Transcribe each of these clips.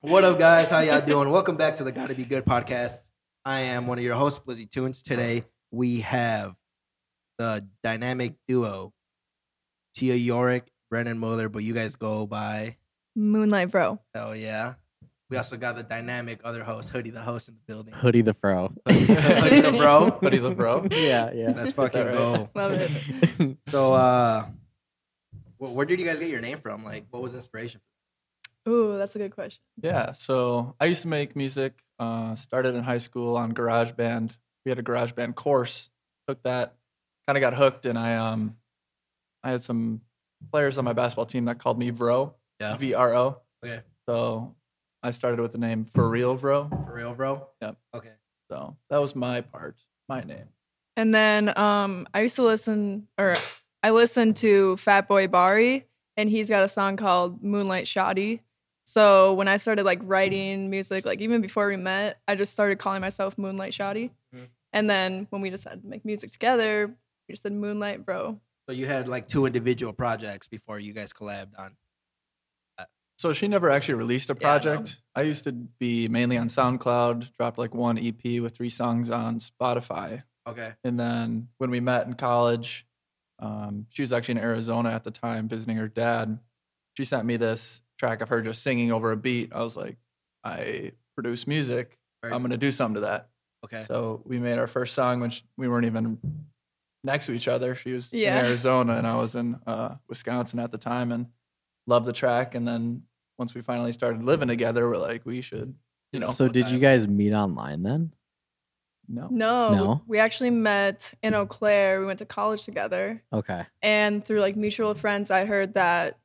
What up, guys? How y'all doing? Welcome back to the Gotta Be Good podcast. I am one of your hosts, Blizzy Tunes. Today we have the dynamic duo, Tia Yorick, Brennan Muller, but you guys go by Moonlight Bro. Hell yeah. We also got the dynamic other host, Hoodie the host in the building. Hoodie the Fro. Hoodie the bro. Hoodie the bro. Yeah, yeah. Let's fucking Right. go. Love it. So, uh, wh- where did you guys get your name from? Like, what was inspiration? Ooh, that's a good question. Yeah, so I used to make music. Uh, started in high school on GarageBand. We had a GarageBand course. Took that, kind of got hooked, and I um, I had some players on my basketball team that called me Vro, Yeah. V R O. Okay. So I started with the name For Real Vro. For real, bro? Yep. Okay. So that was my part, my name. And then um, I used to listen, or I listened to Fat Boy Bari, and he's got a song called Moonlight Shoddy. So when I started like writing music, like even before we met, I just started calling myself Moonlight Shoddy. Mhm. And then when we decided to make music together, we just said Moonlight Bro. So you had like two individual projects before you guys collabed on. So she never actually released a Yeah, I know. project. I used to be mainly on SoundCloud, dropped like one EP with three songs on Spotify. Okay. And then when we met in college, um, she was actually in Arizona at the time visiting her dad. She sent me this track of her just singing over a beat. I was like, I produce music. Very- I'm going to do something to that. okay. So we made our first song when sh we weren't even next to each other. She was Yeah. in Arizona and I was in uh, Wisconsin at the time and loved the track. And then once we finally started living together, we're like, we should, you know, So did you guys meet online then? no. No, No? we actually met in Eau Claire. We went to college together. Okay. And through like mutual friends, I heard that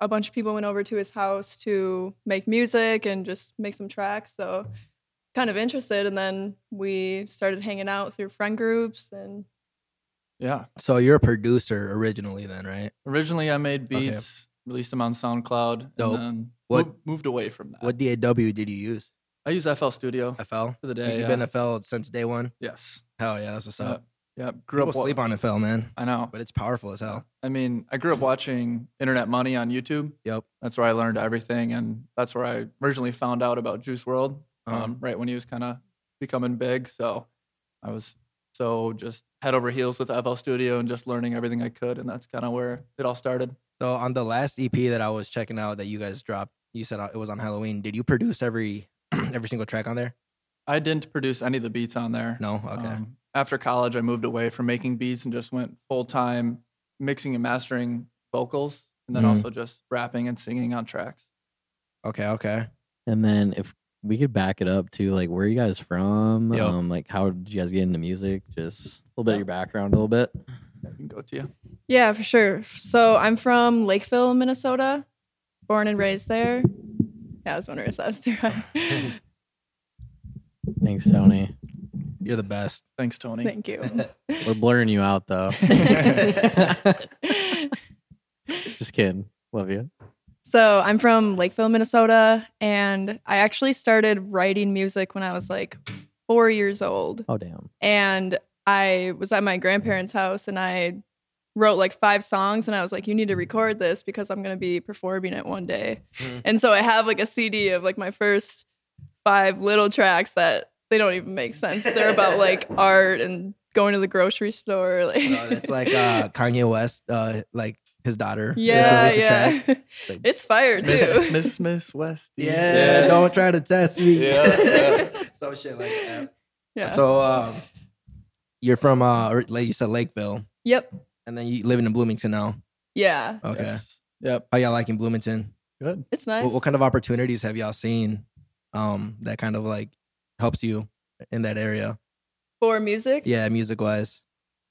a bunch of people went over to his house to make music and just make some tracks. So kind of interested. And then we started hanging out through friend groups and Yeah. So you're a producer originally, then, right? Originally, I made Okay. beats, released them on SoundCloud, Dope. and then What- mo- moved away from that. What DAW did you use? I use FL Studio FL. for the day. You've yeah. been FL since day one. yes. Hell yeah, that's what's Yep. up. Yep. Grew People up. wa- Uh, sleep on FL, man, I know. but it's powerful as hell. I mean, I grew up watching Internet Money on YouTube. Yep. That's where I learned everything, and that's where I originally found out about Juice World. Uh-huh. Um, right when he was kind of becoming big, so I was so just head over heels with FL Studio and just learning everything I could, and that's kind of where it all started. So on the last EP that I was checking out that you guys dropped, you said uh, it was on Halloween. Did you produce every every single track on there? I didn't produce any of the beats on there. No. Okay. Um, after college, I moved away from making beats and just went full time mixing and mastering vocals, and then Mhm. also just rapping and singing on tracks. okay. Okay. And then if we could back it up to like where are you guys from? Yep. Um, like how did you guys get into music? Just a little bit of your background, a little bit. I can go to you. yeah, for sure. So I'm from Lakeville, Minnesota, born and raised there. Yeah, I was wondering if that's too high. Thanks, Tony. You're the best. Thanks, Tony. Thank you. We're blurring you out though. Just kidding. Love you. So I'm from Lakeville, Minnesota, and I actually started writing music when I was like four years old. Oh damn. And I was at my grandparents' house and I wrote like five songs and I was like, you need to record this because I'm gonna be performing it one day. Mhm. And so I have like a CD of like my first five little tracks that they don't even make sense. They're about like art and going to the grocery store. Like No, it's like uh, Kanye West, uh, like his daughter. just Yeah, released a yeah. track. Like- it's fire too. Miss, Miss Miss West. Yeah, Yeah. Don't try to test me. Yeah, yeah. Some shit like that. yeah. So um, you're from uh, or- like you said Lakeville, yep. and then you living in Bloomington now. Yeah. Okay. Yes. Yep. How y'all liking Bloomington? Good. It's nice. What, what kind of opportunities have y'all seen? Um, that kind of like helps you in that area. for music. Yeah, music wise.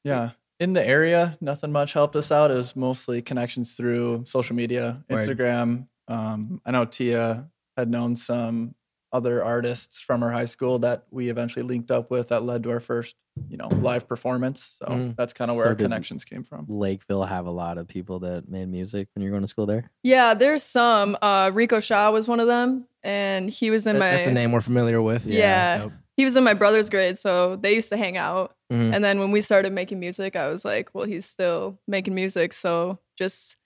Yeah. In the area, nothing much helped us out. It was mostly connections through social media, Word. Instagram. Um, I know Tia had known some other artists from her high school that we eventually linked up with that led to our first, you know, live performance. So Mhm. that's kind of where Mm. So our did- connections came from. Lakeville have a lot of people that made music when you're going to school there. Yeah, there's some. Uh, Rico Shaw was one of them, and he was in That- my That's a name we're familiar with. Yeah. Yeah. he was in my brother's grade, so they used to hang out. Mhm. And then when we started making music, I was like, well, he's still making music, so just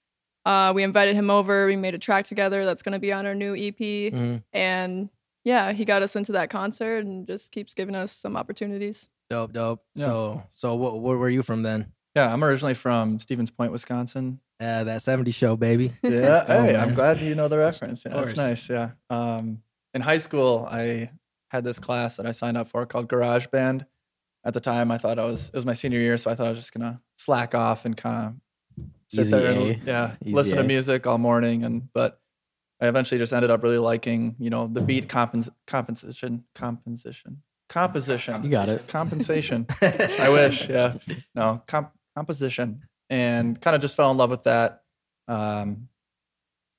Uh, we invited him over. We made a track together that's going to be on our new EP. Mhm. And yeah, he got us into that concert and just keeps giving us some opportunities. Dope, dope. Yeah. So, so what, where were you from then? Yeah, I'm originally from Stevens Point, Wisconsin. Uh, that 70 show, baby. Yeah, go, hey, man. I'm glad you know the reference. Yeah, course. that's nice. Yeah. Um, in high school, I had this class that I signed up for called Garage Band. At the time, I thought I was it was my senior year, so I thought I was just gonna slack off and kind of sit Easy there A. and yeah, Easy listen A. to music all morning. And but I eventually just ended up really liking you know the beat compens- compensation composition composition. You got it. Compensation. I wish, yeah. No, comp- composition, and kind of just fell in love with that. Um,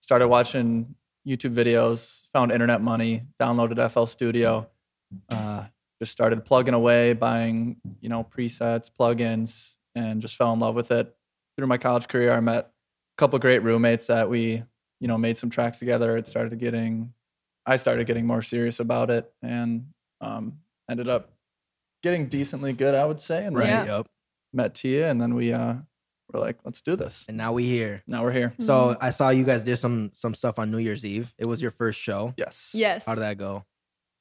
started watching YouTube videos, found internet money, downloaded FL Studio, uh, just started plugging away, buying you know presets, plugins, and just fell in love with it. Through my college career, I met a couple great roommates that we you know made some tracks together. It started getting, I started getting more serious about it, and um, ended up getting decently good, I would say. And Right. Yeah. Yep. met Tia, and then we uh, were like, let's do this. And now we here. Now we're here. So Mm-hmm. I saw you guys did some some stuff on New Year's Eve. It was your first show. Yes. Yes. How did that go?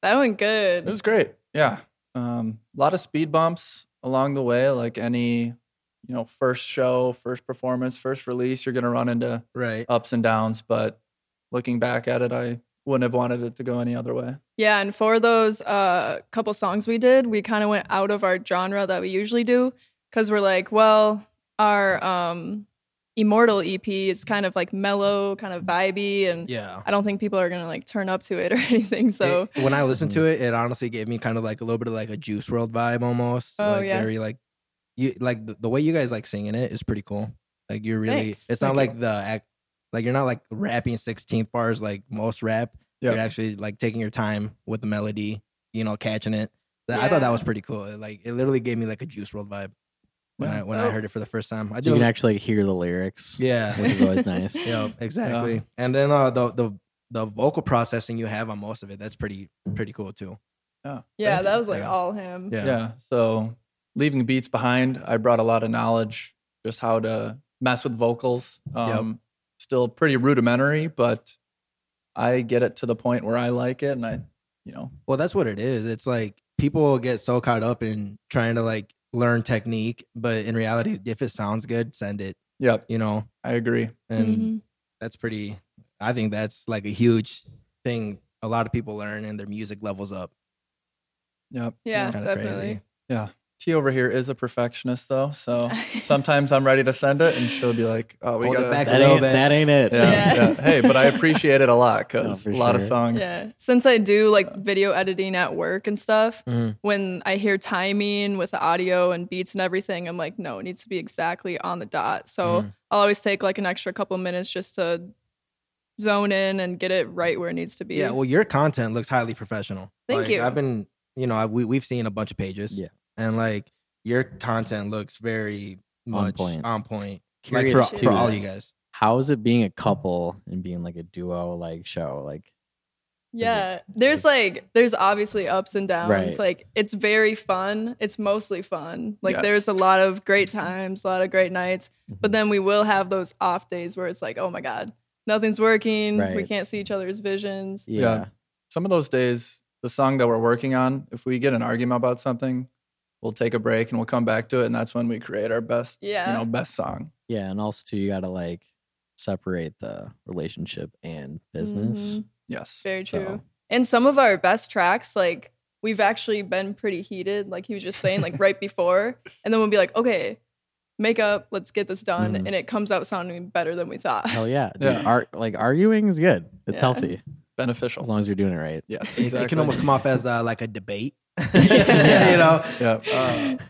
That went good. It was great. Yeah. Um, a lot of speed bumps along the way, like any, you know, first show, first performance, first release, you're gonna run into Right. Um, ups and downs. But looking back at it, I wouldn't have wanted it to go any other way. Yeah, and for those uh, couple songs we did, we kind of went out of our genre that we usually do because we're like, well, our um, Immortal EP is kind of like mellow, kind of vibey, and Yeah. I don't think people are gonna like turn up to it or anything. So It- when I listened to Mm-hmm. it, it honestly gave me kind of like a little bit of like a Juice World vibe almost. Oh, like yeah. Very like you like the, the way you guys like singing it is pretty cool. Like you're really. Thanks. It's not Thank like the act. Like you're not like rapping sixteenth bars like most rap. Yeah. You're actually like taking your time with the melody. You know, catching it. That- I thought that Yeah. was pretty cool. It, like it literally gave me like a Juice World vibe when Yeah. I when I Oh. heard it for the first time. I So you do. can actually like, hear the lyrics, yeah. which is always nice. Yeah, exactly. And then uh, the the the vocal processing you have on most of it that's pretty pretty cool too. Yeah. yeah, Thank that you. was like Yeah. all him. Yeah. yeah. So leaving beats behind, I brought a lot of knowledge just how to mess with vocals. Um, Still pretty rudimentary, but I get it to the point where I like it, and I, you know, Well, that's what it is. It's like people get so caught up in trying to like learn technique, but in reality, if it sounds good, send it. yep, You know, I agree. and Mhm. that's pretty. I think that's like a huge thing. A lot of people learn, and their music levels up. Yep. Yeah, Kind of definitely. crazy. T over here is a perfectionist though, so sometimes I'm ready to send it, and she'll be like, "Oh, we Hold it got back That a little ain't bit. that ain't it. Yeah, Yeah. yeah. Hey, but I appreciate it a lot No, because for a lot of sure. songs. Yeah, since I do like video editing at work and stuff, Mhm. when I hear timing with the audio and beats and everything, I'm like, no, it needs to be exactly on the dot. So Mhm. I'll always take like an extra couple minutes just to zone in and get it right where it needs to be. Yeah, well, your content looks highly professional. Thank Like, you. I've been, you know, I, we we've seen a bunch of pages. Yeah. and like your content looks very On much point. on point. Like Curious for, too, for all though. you guys. How is it being a couple and being like a duo like show? Like yeah. There's like there's obviously ups and downs. Right. Like it's very fun. It's mostly fun. Like Yes. there's a lot of great times, a lot of great nights, but Mhm. then we will have those off days where it's like, oh my god, nothing's working. We Right. can't see each other's visions. yeah. Yeah. some of those days, the song that we're working on, if we get an argument about something, we'll take a break and we'll come back to it, and that's when we create our best, Yeah. you know, best song. Yeah, and also too, you gotta like separate the relationship and business. Mhm. Yes, Very true. So And some of our best tracks, like we've actually been pretty heated, like he was just saying, like right before. And then we'll be like, okay, make up, let's get this done. Mhm. And it comes out sounding better than we thought. hell yeah. Dude, Yeah. Ar- like arguing is good. It's Yeah. healthy beneficial. as long as you're doing it right. yes, It- exactly. It can almost come off as uh, like a debate. Yeah. you know. Yeah. Uh,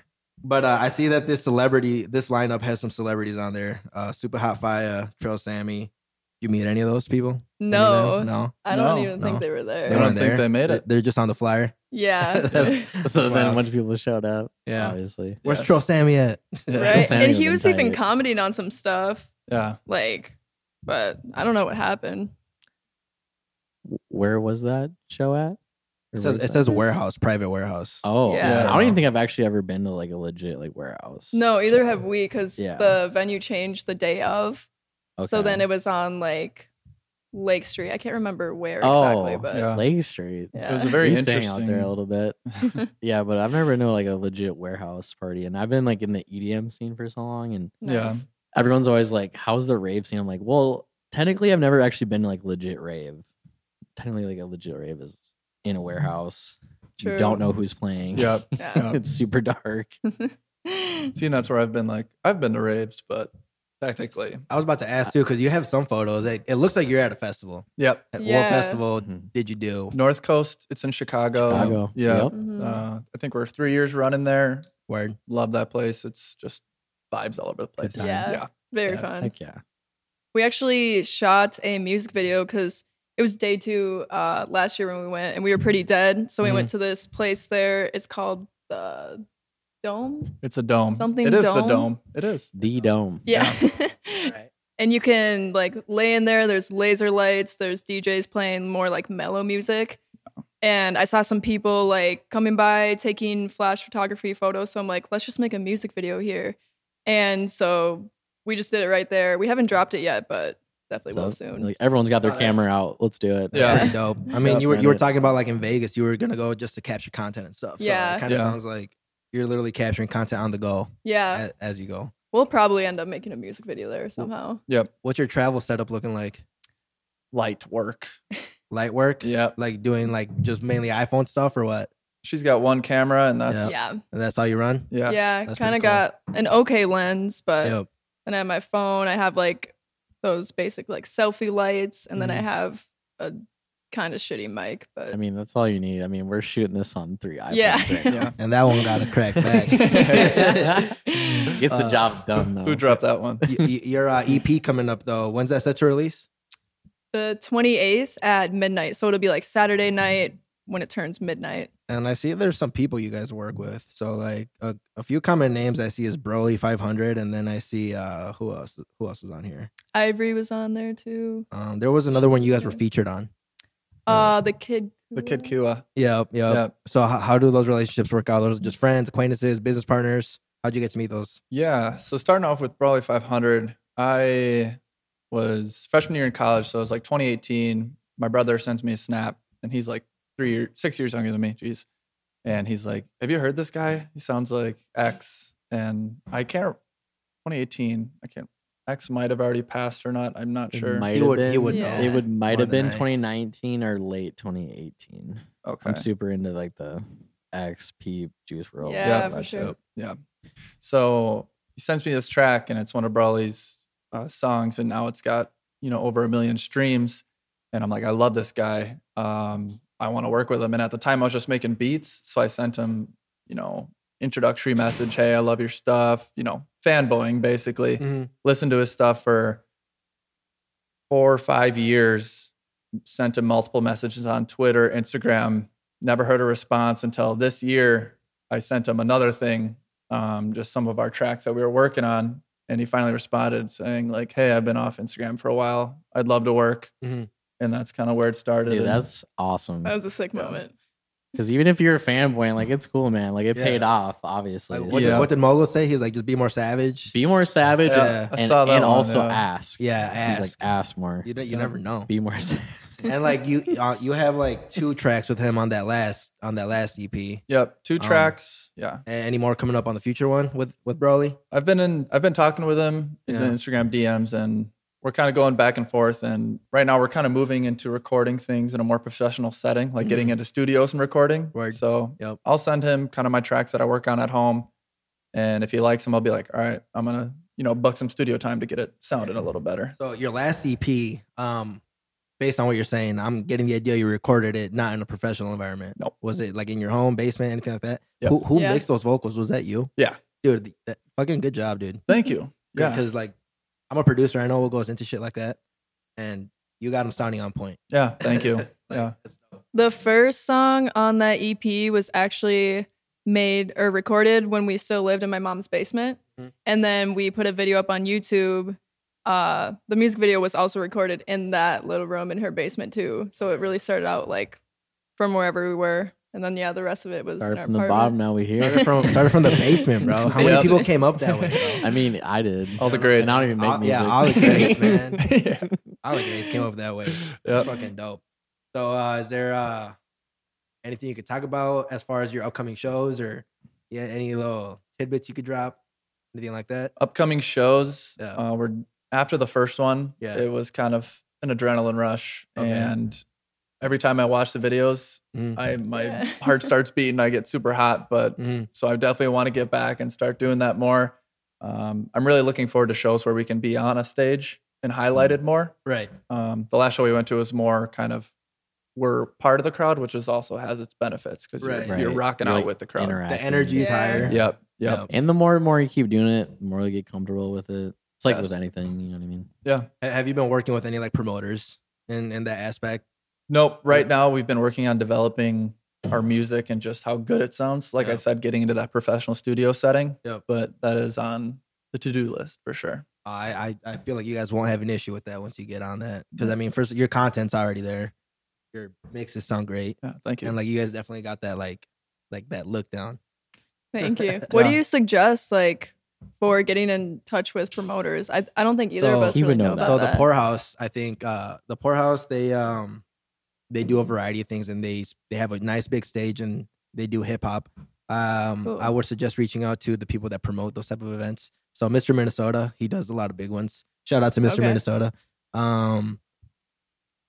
but uh, I see that this celebrity, this lineup has some celebrities on there. Uh, Super Hot Fire, Trail Sammy. You meet any of those people? Any of no, them? no. I don't No, even think no. they were there. They don't weren't think they made it. They're just on the flyer. Yeah. That's- So That's then wild. a bunch of people showed up, Yeah. obviously. Where's Yes. Trail Sammy at? right. Sammy And would've he been was even tight. commenting on some stuff, Yeah. like, but I don't know what happened. W- Where was that show at? Or It says, where's it that? says warehouse, private warehouse. Oh, Yeah. I don't even think I've actually ever been to like a legit like warehouse. No, either show. have we because Yeah. the venue changed the day of. So then Okay. it was on like Lake Street. I can't remember where exactly, Oh, but yeah. Lake Street. Yeah. It was a very You sang interesting. out there a little bit. yeah, but I've never known like a legit warehouse party, and I've been like in the EDM scene for so long, and Yeah. nice. everyone's always like, "How's the rave scene?" I'm like, "Well, technically, I've never actually been to, like legit rave. Technically, like a legit rave is in a warehouse. You True. don't know Oh, who's playing. Yep. Yeah. it's super dark. See, and that's where I've been. Like I've been to raves, but technically, I was about to ask too because you have some photos. It, it looks like you're at a festival. yep. At What Yeah. festival did you do? North Coast. It's in Chicago. Chicago. Yeah. Yep. Mhm. Uh, I think we're three years running there. Word. Love that place. It's just vibes all over the place. Good time. Yeah. Yeah. Very Yeah. fun. Heck yeah. We actually shot a music video because it was day two uh, last year when we went, and we were pretty dead. So we went to this place there. It's called the Dome. It's a dome. Something It is the dome? dome. It is. The dome. Yeah. and you can like lay in there. There's laser lights. There's DJs playing more like mellow music. And I saw some people like coming by taking flash photography photos. So I'm like, let's just make a music video here. And so we just did it right there. We haven't dropped it yet, but definitely So, will soon. Like everyone's got their Oh, yeah. camera out. Let's do it. Yeah. Pretty dope. I mean, Yeah, you were man, you were it- talking about like in Vegas, you were gonna go just to capture content and stuff. So Yeah. it kind of Yeah. sounds like you're literally capturing content on the go yeah. as, as you go. We'll probably end up making a music video there somehow. What's your travel setup looking like? Light work. Light work? Yeah. Like doing like just mainly iPhone stuff or what? She's got one camera, and that's Yeah. And that's all you run? Yes. yeah. that's Kind pretty of cool. got an okay lens, but Yep. then I have my phone. I have like those basic like selfie lights, and then I Mhm. have a kind of shitty mic. But Mm-hmm. I mean, that's all you need. I mean, we're shooting this on three iPhones Yeah. right now. Yeah. And that one got a crack back. Gets the Uh, job done though. Who dropped that one? Y- y- your uh, EP coming up though. When's that set to release? the 28th at midnight, so it'll be like Saturday Mm-hmm. night when it turns midnight. And I see there's some people you guys work with. So like a, a few common names I see is Broly 500, and then I see uh who else? Who else was on here? Ivory was on there too. Um, there was another one you guys were featured on. Oh. Uh, the kid. The Kid Kula. Kua. Yep, yep. Yep. So how, how do those relationships work out? Those are just friends, acquaintances, business partners. How'd you get to meet those? Yeah. So starting off with Brawley 500, I was freshman year in college. So it was like 2018. My brother sends me a snap and he's like three year, six years younger than me. Jeez. And he's like, have you heard this guy? He sounds like X. And I can't, 2018, I can't, X might have already passed or not. I'm not It sure. You might have would- been- you would know It would might more have been than I. 2019 or late 2018. okay. I'm super into like the XP Juice World. Yeah, Yeah, for that sure. shit. So he sends me this track, and it's one of Brawley's uh, songs, and now it's got you know over a million streams, and I'm like, I love this guy. Um, I want to work with him. And at the time, I was just making beats, so I sent him you know introductory message, hey, I love your stuff, you know, fanboying basically. Hmm. Listened to his stuff for four or five years, sent him multiple messages on Twitter, Instagram, never heard a response until this year. I sent him another thing, um, just some of our tracks that we were working on. And he finally responded saying, like, hey, I've been off Instagram for a while. I'd love to work. Mhm. And that's kind of where it started. Dude, And that's awesome. That was a sick Yeah. moment. Because even if you're a fanboy, like it's cool, man. Like it Yeah. paid off, obviously. Like, what, Yeah. did, what did Mogul say? He was like, just be more savage. Be more savage Yeah, Yeah. I and, saw that and one, also yeah. ask. yeah, He's ask. like, ask more. you don't- you Yeah. Um, never know. Be more savage. and like you uh, you have like two tracks with him on that last on that last EP. Yep, two Um, tracks. yeah, A- Any more coming up on the future one with with Broly? I've been in. I've been talking with him in Yeah. the Instagram DMs, and we're kind of going back and forth. And right now, we're kind of moving into recording things in a more professional setting, like getting into studios and recording. Word. So Mm-hmm. Yep. I'll send him kind of my tracks that I work on at home, and if he likes them, I'll be like, "All right, I'm gonna you know book some studio time to get it sounding a little better." So your last EP, um, based on what you're saying, I'm getting the idea you recorded it not in a professional environment. Nope. Was it like in your home basement, anything like that? Yep. Who who Yeah. mixed those vocals? Was that you? Yeah. dude, th- that, fucking good job, dude. Thank you. Yeah, because like I'm a producer, I know what goes into shit like that, and you got them sounding on point. yeah. Thank you. Like, Yeah. that's dope. The first song on that EP was actually made or recorded when we still lived in my mom's basement. Mm-hmm. Mhm. And then we put a video up on YouTube. Uh, the music video was also recorded in that little room in her basement, too. So it really started out like from wherever we were. And And then yeah, the rest of it was in Started our from the bottom. apartments. Now we Started here. from started from the basement, bro. How many Yeah. people came up that way? Bro? I mean, I did. All the And grades. I don't even make All- music. yeah, all the grades, man. yeah. All the grades came up that way. That's Yep. fucking dope. So, uh, is there uh, anything you could talk about as far as your upcoming shows or yeah, any little tidbits you could drop, anything like that? Upcoming shows. Yeah. Uh, we're after the first one. Yeah. Oh, It was kind of an adrenaline rush, Okay. and every time I watch the videos, Mhm. I my Yeah. heart starts beating. I get super hot, but Mhm. So I definitely want to get back and start doing that more. Um, I'm really looking forward to shows where we can be on a stage and Mm. highlighted more. Right. Um, the last show we went to was more kind of we're part of the crowd, which is also has its benefits because Right. you're, you're Right. rocking You're, out like, with the crowd. The Interacting. energy is Yeah. higher. Yep, yep, And the more and more you keep doing it, the more you get comfortable with it. It's like with Yes. anything, you know what I mean? yeah. Ha- Have you been working with any like promoters in in that aspect? Nope. Right Yeah. now, we've been working on developing our music and just how good it sounds. Like Yeah. I said, getting into that professional studio setting. Yep. But that is on the to do list for sure. I, I I feel like you guys won't have an issue with that once you get on that because I mean, first your content's already there, your mixes sound great, Yeah. Thank you. and like you guys definitely got that like like that look down. Thank you. What do Yeah. you suggest like for getting in touch with promoters? I, I don't think either of So- us He would really know know, that. about so that. the poorhouse i think uh the poorhouse they um they do a variety of things and they they have a nice big stage and they do hip-hop um Cool. i would suggest reaching out to the people that promote those type of events so mr minnesota he does a lot of big ones shout out to mr Okay. minnesota um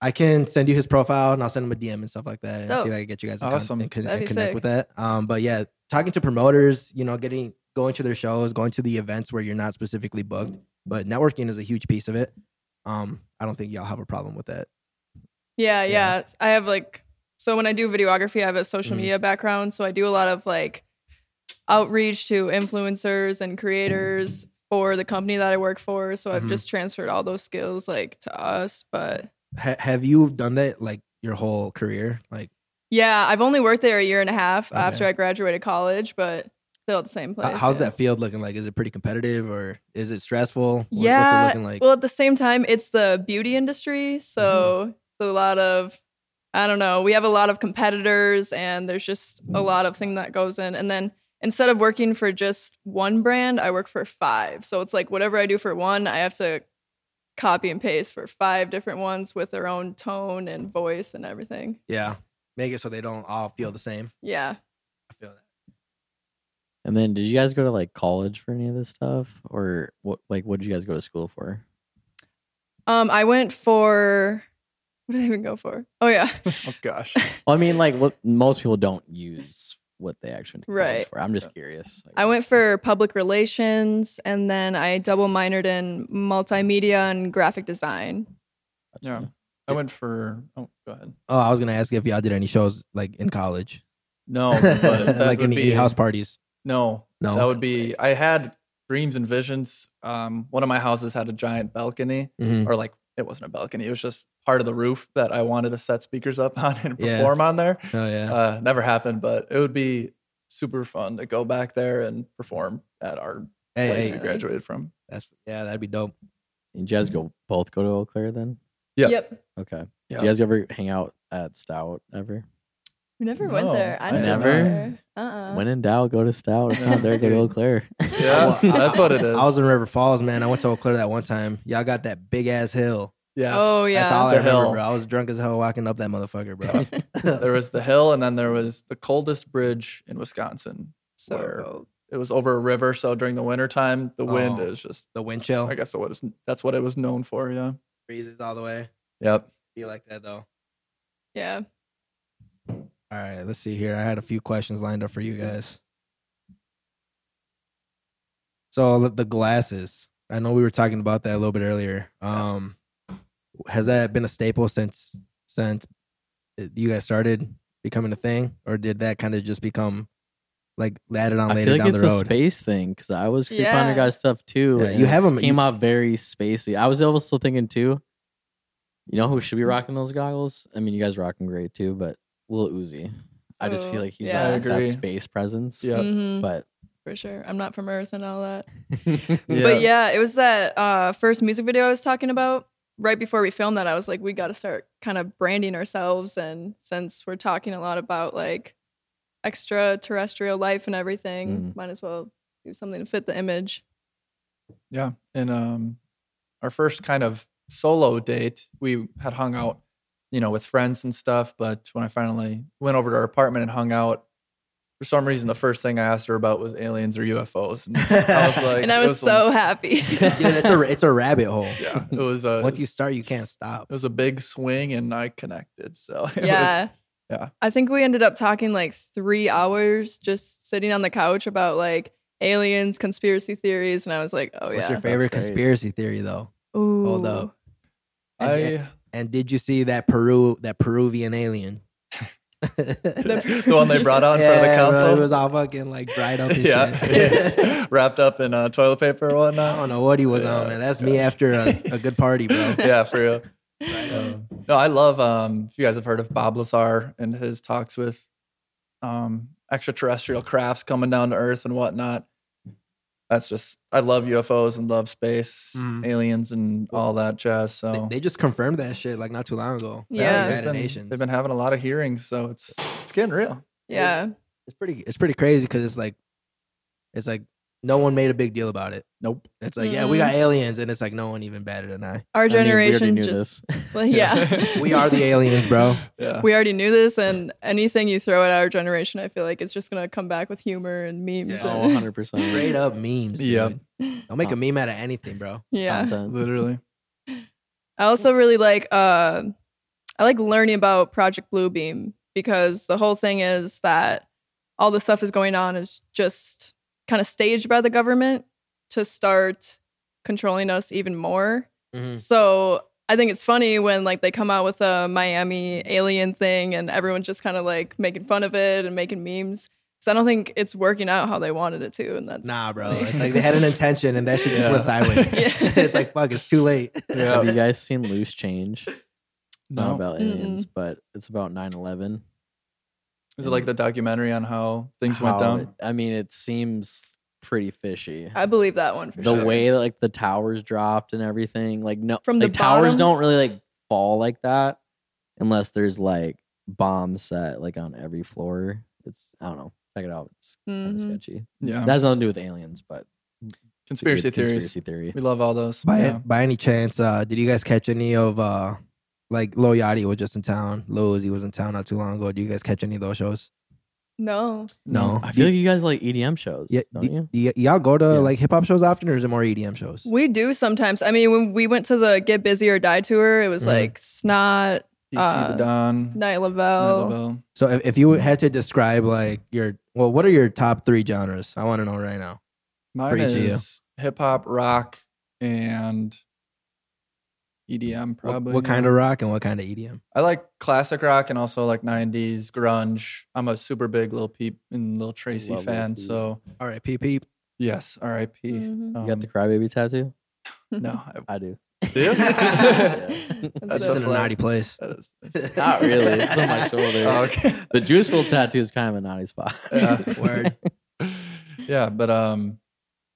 I can send you his profile and I'll send him a DM and stuff like that and Dope. see if I can get you guys in Awesome. con- and con- That'd and be connect sick. with that. Um, but yeah, talking to promoters, you know, getting going to their shows, going to the events where you're not specifically booked, but networking is a huge piece of it. Um, I don't think y'all have a problem with that. Yeah, Yeah. yeah, I have like so when I do videography, I have a social Mhm. media background, so I do a lot of like outreach to influencers and creators Mm-hmm. for the company that I work for. So I've Mhm. just transferred all those skills like to us, but Ha- have you done that like your whole career? Like, yeah, I've only worked there a year and a half Okay. after I graduated college, but still at the same h- place. how's yeah. that field looking like? Is it pretty competitive or is it stressful? What- Yeah. What's it looking like? Well, at the same time, it's the beauty industry, so it's a lot of I don't know. We have a lot of competitors, and there's just a lot of thing that goes in. And then instead of working for just one brand, I work for five. So it's like whatever I do for one, I have to copy and paste for five different ones with their own tone and voice and everything. yeah. Make it so they don't all feel the same. Yeah. I feel that. And then did you guys go to like college for any of this stuff? Or what like what did you guys go to school for? Um, I went for what did I even go for? Oh yeah, oh gosh. Well, I mean, like what most people don't use what they actually went to college Right. for. I'm just curious. I went for public relations and then I double minored in multimedia and graphic design. Gotcha. Yeah. I went for. Oh, go ahead. Oh, I was going to ask if y'all did any shows like in college, No, Oh, but that like would any, be any house parties. No, No. that would be. I had dreams and visions. Um, one of my houses had a giant balcony, Mhm. or like it wasn't a balcony. It was just part of the roof that I wanted to set speakers up on and Yeah. perform on there. Oh yeah. Uh, never happened, but it would be super fun to go back there and perform at our Hey, place hey, we graduated from. that's yeah, that'd be dope. Did you guys go both go to Eau Claire then? Yeah. Yep. Okay. Yeah. Did you guys ever hang out at Stout ever? We never No, went there. I I never. never. Uh uh When in doubt, go to Stout. If not there, go to Eau Claire. Yeah, Well, I- that's what it is. I was in River Falls, man. I went to Eau Claire that one time. Y'all got that big ass hill. yes. Oh yeah. That's all I The remember, hill. bro. I was drunk as hell walking up that motherfucker, There bro. was the hill, and then there was the coldest bridge in Wisconsin. So Where- cold. It was over a river, so during the wintertime, the wind Oh. is just the wind chill I guess what is that's what it was known for. Yeah. freezes all the way. Yep. Be like that though. Yeah. All right, let's see here. I had a few questions lined up for you guys. So the- the glasses. I know we were talking about that a little bit earlier. Um, has that been a staple since since uh, you guys started becoming a thing, or did that kind of just become like added on I later feel like down it's the a road? space thing because I was creep under Yeah. guy stuff too. Yeah, and you it have 'em- came you- out very spacey. I was also thinking too. You know who should be Mm. rocking those goggles? I mean, you guys rock them great too, but Lil Uzi. I just Oh, feel like he's yeah. I not that agree. space presence. Yeah. Mhm, But for sure. I'm not from Earth and all that. Yeah. But yeah, it was that uh, first music video I was talking about. Right before we filmed that, I was like, we got to start kind of branding ourselves. And since we're talking a lot about like extraterrestrial life and everything. Mm. Might as well do something to fit the image. Yeah. And um, our first kind of solo date, we had hung out, you know, with friends and stuff. But when I finally went over to her apartment and hung out, for some reason, the first thing I asked her about was aliens or UFOs. And I was like, and I was it one- so happy. Dude, it's a it's a rabbit hole. yeah, it was a Once you start, you can't stop. Oh, it was a big swing, and I connected. So it was- yeah. yeah. I think we ended up talking like three hours just sitting on the couch about like aliens, conspiracy theories, and I was like, oh What's yeah. your favorite great. conspiracy theory though? Ooh. Hold up. And, I and did you see that Peru that Peruvian alien? The- the one they brought out in front of the Yeah, bro, council. it was all fucking like dried up and shit. yeah, wrapped up in uh, toilet paper or I whatnot. don't know what he was on, Yeah. man. That's me after a, a good party, bro. Yeah, for real. Um, no, I love. Um, if you guys have heard of Bob Lazar and his talks with um, extraterrestrial crafts coming down to Earth and whatnot, that's just I love UFOs and love space, Mhm. aliens, and all that jazz. So They, they just confirmed that shit like not too long ago. Yeah. United they've, been, Nations. they've been having a lot of hearings, so it's it's getting real. Yeah. it's pretty it's pretty crazy because it's like it's like no one made a big deal about it. Nope. It's like yeah, we got aliens, and it's like no one even batted an eye. Our I mean, we already generation knew just this. well, yeah. We are the aliens, bro. Yeah. We already knew this, and anything you throw at our generation, I feel like it's just gonna come back with humor and memes. Yeah. Oh, and- 100%. Straight up memes. Yeah. Dude. Don't make a meme out of anything, bro. yeah. Content. Literally. I also really like uh I like learning about Project Bluebeam because the whole thing is that all the stuff is going on is just kind of staged by the government to start controlling us even more. Mm-hmm. Hmm. So I think it's funny when like they come out with a Miami alien thing and everyone's just kind of like making fun of it and making memes. So I don't think it's working out how they wanted it to, and that's Nah, bro. It's like they had an intention, and that shit just Yeah. went sideways. Yeah. it's like fuck. It's too late. Yeah. Have you guys seen Loose Change? Not No. about aliens, but it's about 9 11. Is it like the documentary on how things went how down? it- I mean, it seems pretty fishy. I believe that one for the sure. way that like the towers dropped and everything, like no, From like, the towers bottom? don't really like fall like that unless there's like bombs set like on every floor. It's I don't know. Check it out. It's kind Mhm. of sketchy. yeah. Um, That has nothing to do with aliens, but it's a good conspiracy theories. Conspiracy theory. We love all those. By Yeah. by any chance, uh, did you guys catch any of uh, like Lil Yachty was just in town. Lil Uzi was in town not too long ago. Do you guys catch any of those shows? No, No. I feel like you guys like EDM shows, Yeah, don't d- you? y- y'all go to Yeah. like hip hop shows often, or is it more EDM shows? We do sometimes. I mean, when we went to the Get Busy or Die tour, it was Mhm. like Snot, DC Uh, the Don. Night Night Lavelle. Lavelle. So if, if you had to describe like your well, what are your top three genres? I want to know right now. Mine Preach to you. is hip hop, rock, and EDM. What- Probably. what, kind of rock and what kind of E EDM? I like classic rock and also like '90s grunge. I'm a super big Lil Peep and Lil Tracy Love Lil fan. Peep. So All right, peep peep. yes, R.I.P. Mhm. You Um, got the crybaby tattoo? no, I, I do. do you? Yeah. That's It's a in a it. flag. naughty place. That is- Not really. It's on my shoulder. Oh, okay. The Juiceful tattoo is kind of a naughty spot. Yeah. Word. yeah, but um,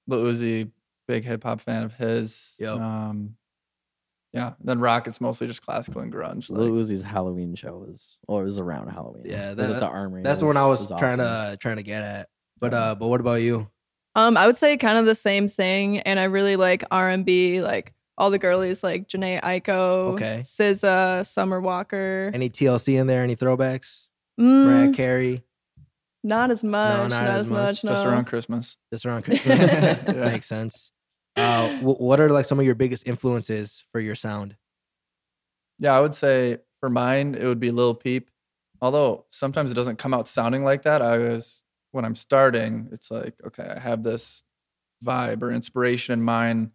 Lil Uzi, big hip hop fan of his. Yep. Um, yeah. Then rock, it's mostly just classical and grunge. Lil Like, Uzi's Halloween show was, or it was around Halloween. Yeah, It was that- at the Armory. That's It the one I was it trying awesome. to trying to get at. But uh, but what about you? Um, I would say kind of the same thing, and I really like R and B, like all the girlies, like Janae Aiko, Okay. SZA, Summer Walker. Any TLC in there? Any throwbacks? Mm, Brad Carey. not as much. not as much. much. just no. around Christmas. This around Christmas Yeah. makes sense. Uh, wh- what are like some of your biggest influences for your sound? Yeah, I would say for mine, it would be Lil Peep. Although sometimes it doesn't come out sounding like that. I was, when I'm starting, it's like, okay, I have this vibe or inspiration in mind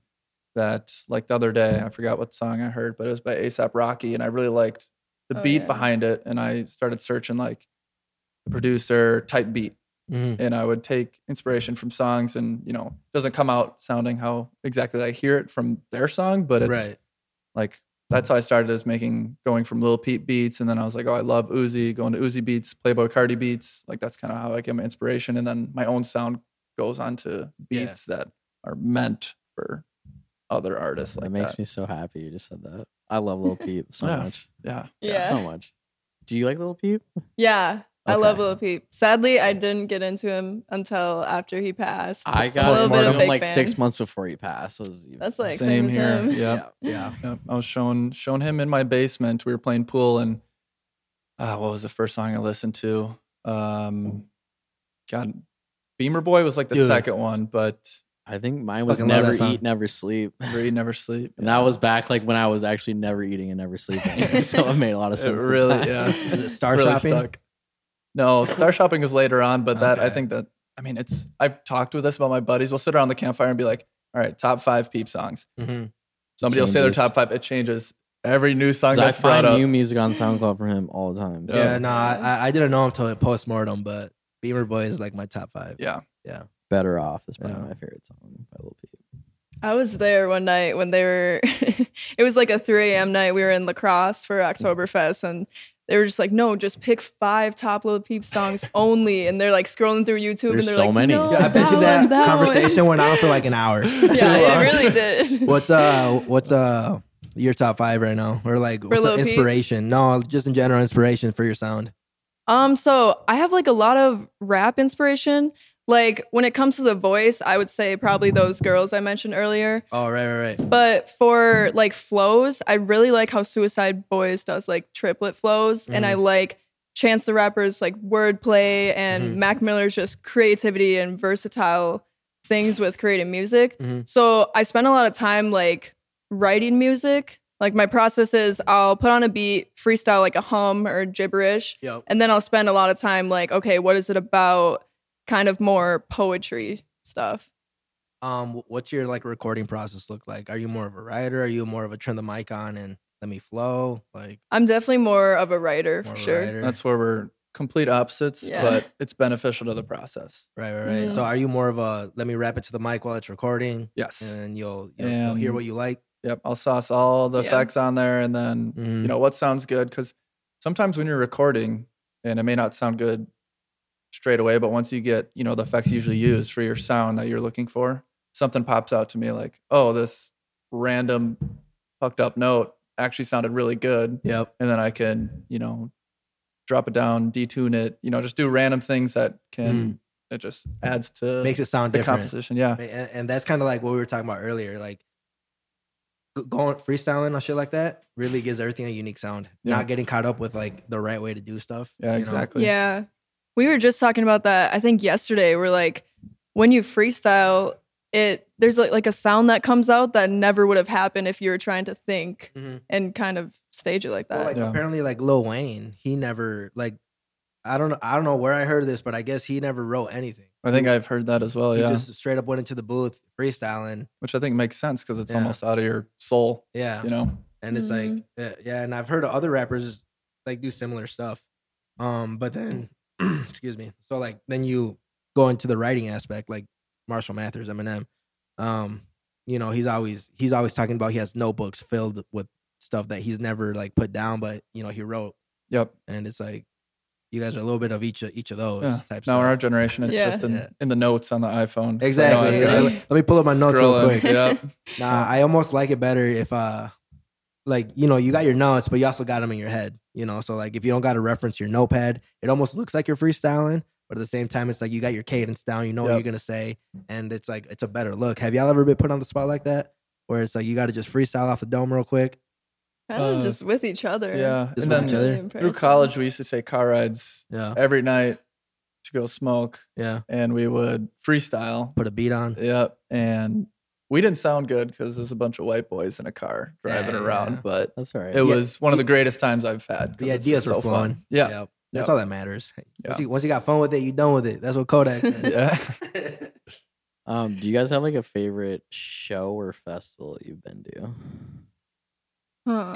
that, like the other day, I forgot what song I heard, but it was by ASAP Rocky. And I really liked the Oh, beat yeah. behind it. And I started searching like the producer type beat. Mhm. And I would take inspiration from songs and, you know, it doesn't come out sounding how exactly I hear it from their song, but it's Right. like that's how I started is making going from Lil Peep beats, and then I was like, oh, I love Uzi, going to Uzi beats, Playboy Cardi beats. Like that's kind of how I get my inspiration, and then my own sound goes on to Yeah. beats that are meant for other artists. Like that makes that. me so happy. You just said that. I love Lil Peep so Yeah. much. yeah, Yeah, So much. Do you like Lil Peep? yeah. I Okay. love Lil Peep. Sadly, I didn't get into him until after he passed. I a got little into bit of him fake like six fan. months before he passed. It was even- That's like same, Same here. same. Yep. Yeah. Yep, I was shown shown him in my basement. We were playing pool, and uh, what was the first song I listened to? Um, God, Beamer Boy was like the Dude. second one, but I think mine was Fucking love never that song. eat, never sleep, and Read Never Sleep. that was back like when I was actually never eating and never sleeping. so it made a lot of It sense. at the really- time. yeah. Is it Star really Shopping? stuck. No, Star Shopping was later on, but that I Okay. think that I mean it's. I've talked with this about my buddies. We'll sit around the campfire and be like, "All right, top five peep songs." Mhm. Somebody will say their Changes. top five. It changes every new song 'Cause I that's brought find up. new music on SoundCloud from him all the time. so- Yeah, no, I, I didn't know him until postmortem, but Beamer Boy is like my top five. yeah, Better off is probably Yeah. my favorite song by Lil Peep. I was there one night when they were. it was like a 3 a.m. night. We were in Lacrosse for Oktoberfest, and they were just like, "No, just pick five top Lil Peep songs only." And they're like scrolling through YouTube, and There's they're so like, many. "No, Yeah, I bet you one, that, one." conversation went on for like an hour. yeah, it really did. What's uh what's uh your top five right now? Or like what's the Lil Peep? inspiration? No, just in general inspiration for your sound. Um, so I have like a lot of rap inspiration. Like when it comes to the voice, I would say probably those girls I mentioned earlier. Oh right, right, right. But for like flows, I really like how Suicide Boys does like triplet flows, and Mm-hmm. I like Chance the Rapper's like wordplay and Mhm. Mac Miller's just creativity and versatile things with creating music. Mhm. So I spend a lot of time like writing music. Like my process is I'll put on a beat, freestyle like a hum or gibberish, Yep. and then I'll spend a lot of time like, okay, what is it about? Kind of more poetry stuff. Um what's your like recording process look like? Are you more of a writer? Are you more of a turn the mic on and let me flow? Like I'm definitely more of a writer more for of a sure. writer? that's where we're complete opposites, Yeah. but it's beneficial to the process. right, right, right. Mhm. So are you more of a let me wrap it to the mic while it's recording Yes. and you'll you'll, you'll hear Um, what you like? Yep. I'll sauce all the Yeah. effects on there, and then Mhm. you know what sounds good because sometimes when you're recording and it may not sound good straight away but once you get you know the effects usually used for your sound that you're looking for something pops out to me like oh this random fucked up note actually sounded really good Yep. and then i can you know drop it down detune it you know just do random things that can it just adds to Mm. Makes it sound the different. composition yeah Ma- and, and that's kind of like what we were talking about earlier like g- going freestyling and shit like that really gives everything a unique sound Yeah. not getting caught up with like the right way to do stuff yeah you know? exactly Yeah. We were just talking about that I think yesterday. We're like when you freestyle, it there's like, like a sound that comes out that never would have happened if you were trying to think Mhm. and kind of stage it like that. Well, like Yeah. apparently like lil wayne he never like i don't know i don't know where i heard this but i guess he never wrote anything i think i've heard that as well he Oh, yeah just straight up went into the booth freestyling which i think makes sense because it's Yeah. almost out of your soul yeah you know and it's like uh, yeah and i've heard of other rappers like do similar stuff um but then excuse me so like then you go into the writing aspect like marshall mathers eminem um you know he's always he's always talking about he has notebooks filled with stuff that he's never like put down but you know he wrote Yep. and it's like you guys are a little bit of each of each of those Yeah. types Now in our of generation, it's Yeah. just in, Yeah. in the notes on the iPhone. So exactly now I've got Yeah. let, let me pull up my notes real scrolling. quick Yep. Nah, I almost like it better if uh like you know, you got your notes, but you also got them in your head, you know. So like if you don't got to reference your notepad, it almost looks like you're freestyling, but at the same time it's like you got your cadence down, you know what Yep. you're going to say, and it's like it's a better look. Have y'all ever been put on the spot like that where it's like you got to just freestyle off the dome real quick? kind of uh, just with each other. Yeah. Just with And then each other. through college, we used to take car rides Yeah. every night to go smoke, Yeah. and we would freestyle. Put a beat on. Yep. And we didn't sound good because there's a bunch of white boys in a car driving Yeah. around, but That's all right. it Yeah. was one of the greatest times I've had. 'cause The it's ideas just were so flowing. fun. Yeah. Yep. That's Yep. all that matters. Once, Yeah. you, once you got fun with it, you done with it. That's what Kodak said. Yeah. Um, do you guys have like a favorite show or festival you've been to? Huh.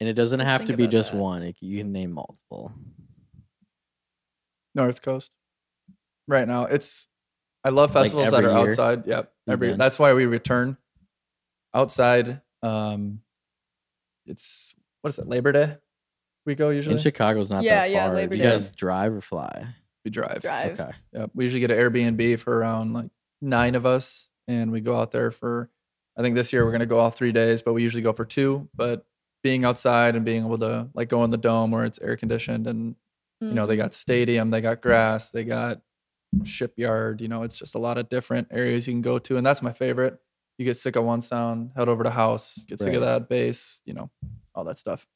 And it doesn't Just have think to be about just that. one. It, you can name multiple. North Coast. Right now, it's I love Like festivals that every are year? Oh, outside. Yep, You've every been? that's why we return outside. Um, it's what is it Labor Day? We go usually. In Chicago's not Yeah, that yeah, far. Labor do you Day. guys drive or fly? we drive. Drive. Okay. Yep. We usually get an Airbnb for around like nine of us, and we go out there for. I think this year we're gonna go all three days, but we usually go for two. But being outside and being able to like go in the dome where it's air conditioned and Mm. You know, they got Mm-hmm. stadium, they got grass, they got shipyard. You know, it's just a lot of different areas you can go to, and that's my favorite. You get sick of one sound, head over to house, get sick of Right. that bass, you know, all that stuff.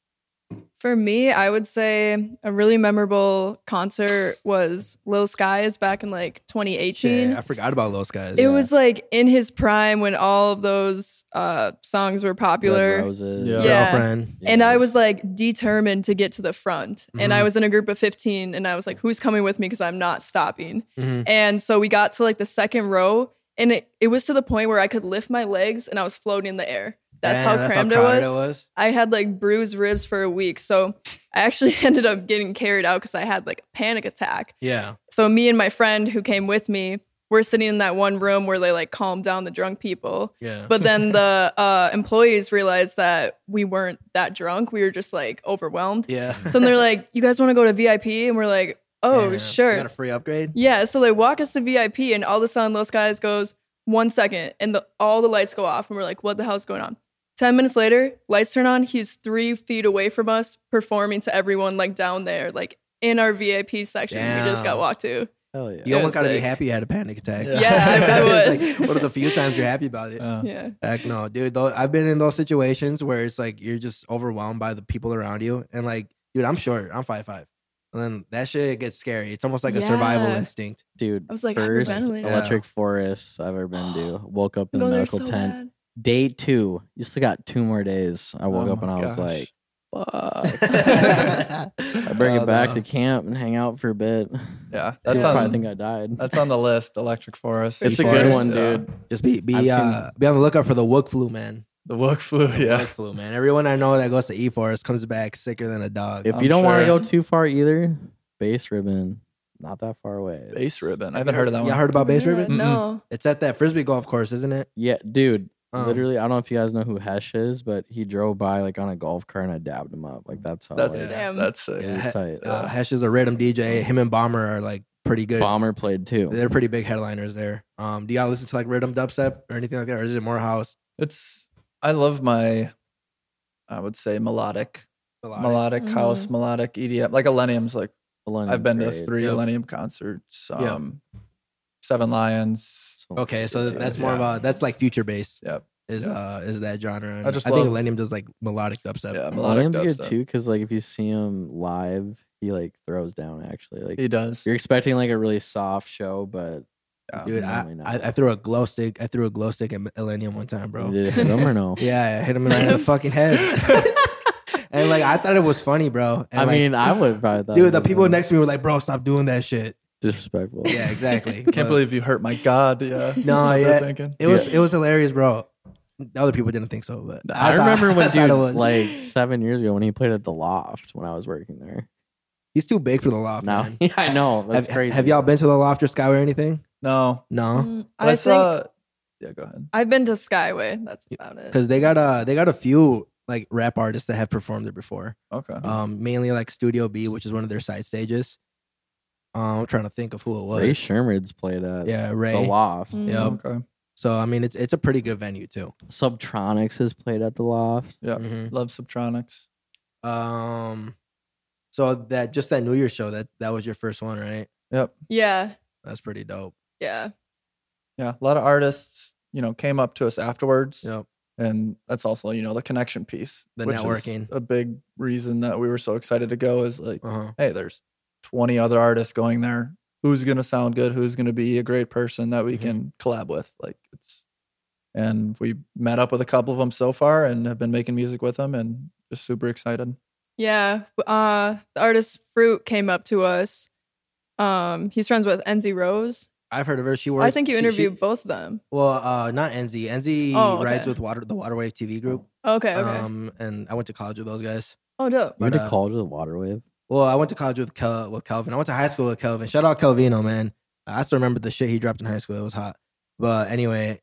For me, I would say a really memorable concert was Lil Skies back in like 2018. Yeah, I forgot about those guys. It Yeah. was like in his prime when all of those uh, songs were Red popular. roses. Yeah. Yeah. Girlfriend. And I Yes. was like determined to get to the front. And I Mhm. was in a group of 15 and I was like, who's coming with me? Because I'm not stopping. Mhm. And so we got to like the second row and it, it was to the point where I could lift my legs and I was floating in the air. That's Damn, how crammed it crowded was. I had like bruised ribs for a week. So I actually ended up getting carried out because I had like a panic attack. Yeah. So me and my friend who came with me were sitting in that one room where they like calmed down the drunk people. Yeah. But then the uh, employees realized that we weren't that drunk. We were just like overwhelmed. yeah. So then they're like, you guys want to go to VIP? And we're like, oh, Yeah. You got sure. a free upgrade? Yeah. So they walk us to VIP and all of a sudden Los Guys goes, one second. And the, all the lights go off. And we're like, what the hell's going on? 10 minutes later, lights turn on. He's three feet away from us performing to everyone like down there, like in our VIP section we Damn. just got walked to. Hell yeah. You It almost was got to be sick. happy you had a panic attack. Yeah. Yeah, I It's like was. one of the few times you're happy about it. Uh, Yeah. Heck no, dude. Though I've been in those situations where it's like you're just overwhelmed by the people around you, and like, dude, I'm short. I'm five five, and then that shit gets scary. It's almost like a survival Yeah. instinct. Dude, I was like, first hyperventilating. electric forest I've ever been to. Woke up in the Go there medical so tent. bad. Day two. You still got two more days. I woke Oh up and my I was gosh. Oh, like, fuck. I I Oh, bring it back to camp and hang out for a bit. yeah, That's that's People probably on. think I died. that's on the list. Electric Forest. it's a Sea good Forest, one, Yeah. dude. Just be I've be seen- uh, be on the lookout for the wook flu, man. The work flu. Yeah. Wook flu, man. Everyone I know that goes to E Forest comes back sicker than a dog. If I'm you don't want to sure. go too far either, base ribbon, not that far away. Base ribbon. I Have haven't you heard of that Y'all one. heard about base Yeah, ribbon? No. It's at that frisbee golf course, isn't it? Yeah, dude. Um, literally, I don't know if you guys know who Hesh is, but he drove by like on a golf cart and I dabbed him up. Like that's how. That's like, Yeah. Damn. that's sick. it was Yeah. tight. Uh, Hesh is a rhythm DJ. Him and Bomber are like pretty good. Bomber played too. They're pretty big headliners there. Um, do y'all listen to like rhythm dubstep or anything like that, or is it more house? It's I love my I would say melodic melodic Mm. Mm-hmm. house melodic EDM like Millennium's like Millennium's I've been to great. three Yep. Millennium concerts Yep. um Seven Lions So Okay, it's so good, that's too. more Yeah. of a that's like future bass. Yep. Is Yep. uh is that genre? And I just think love- Millennium does like melodic dubstep. yeah melodic Millennium's good dubstep. too because like if you see him live, he like throws down. Actually, like he does you're expecting like a really soft show, but yeah. Dude, I, Definitely not. I, I threw a glow stick. I threw a glow stick at Millennium one time, bro. did it hit him or no? Yeah, I hit him in the fucking head. and like I thought it was funny, bro. And, I like, mean, I would probably thought it dude, the was people funny. next to me were like, "Bro, stop doing that shit." disrespectful. Yeah, exactly. can't But believe you hurt my god yeah that's No, what they're yeah. thinking. it was. It was hilarious, bro. The other people didn't think so, but I, thought- remember I when thought dude it was. like seven years ago when he played at the Loft when I was working there. he's too big for the loft. No, man. yeah, I know that's have, crazy. Have y'all been to the loft or Skyway or anything? no No, Mm, I, I think uh, saw yeah go ahead I've been to Skyway. That's about it. because they got a they got a few like rap artists that have performed there before. okay Um, mainly like Studio B, which is one of their side stages. Um, I'm trying to think of who it was. Ray Sherman's played at yeah, the Ray. Loft. Mm. Yep. okay So I mean, it's it's a pretty good venue too. Subtronics has played at the Loft. yeah Mhm. love Subtronics Um, so that just that New Year's show that that was your first one, right? yep Yeah. That's pretty dope. Yeah. yeah a lot of artists you know came up to us afterwards Yep. and that's also you know the connection piece The is networking. a big reason that we were so excited to go is like Uh huh. hey there's 20 other artists going there who's going to sound good who's going to be a great person that we Mhm. can collab with like it's and we met up with a couple of them so far and have been making music with them and just super excited Yeah. Uh the artist Fruit came up to us. Um he's friends with Enzy Rose. I've heard of her. She works. I think you she- she- interviewed both of them. well, uh, not NZ. NZ Oh, okay. rides with water the Waterwave TV group. Okay, okay. Um, and I went to college with those guys. oh dope. You went But, to uh, college with the water wave. Well, I went to college with Kel- with Kelvin. I went to high school with Kelvin. Shout out Kelvino, man. I still remember the shit he dropped in high school. It was hot. But anyway,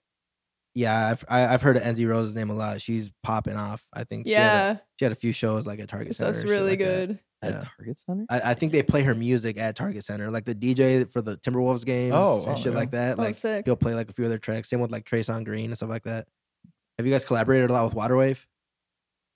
yeah, I've I, I've heard of Enzy Rose's name a lot. She's popping off. I think. she had a, Yeah. she had a few shows like at Target Center. That's and shit really like that. good. yeah. At Target Center? I, I think they play her music at Target Center, like the DJ for the Timberwolves games Oh, and wow, shit yeah. like that. Oh Like sick. he'll play like a few other tracks. Same with like Trace on Green and stuff like that. Have you guys collaborated a lot with Waterwave?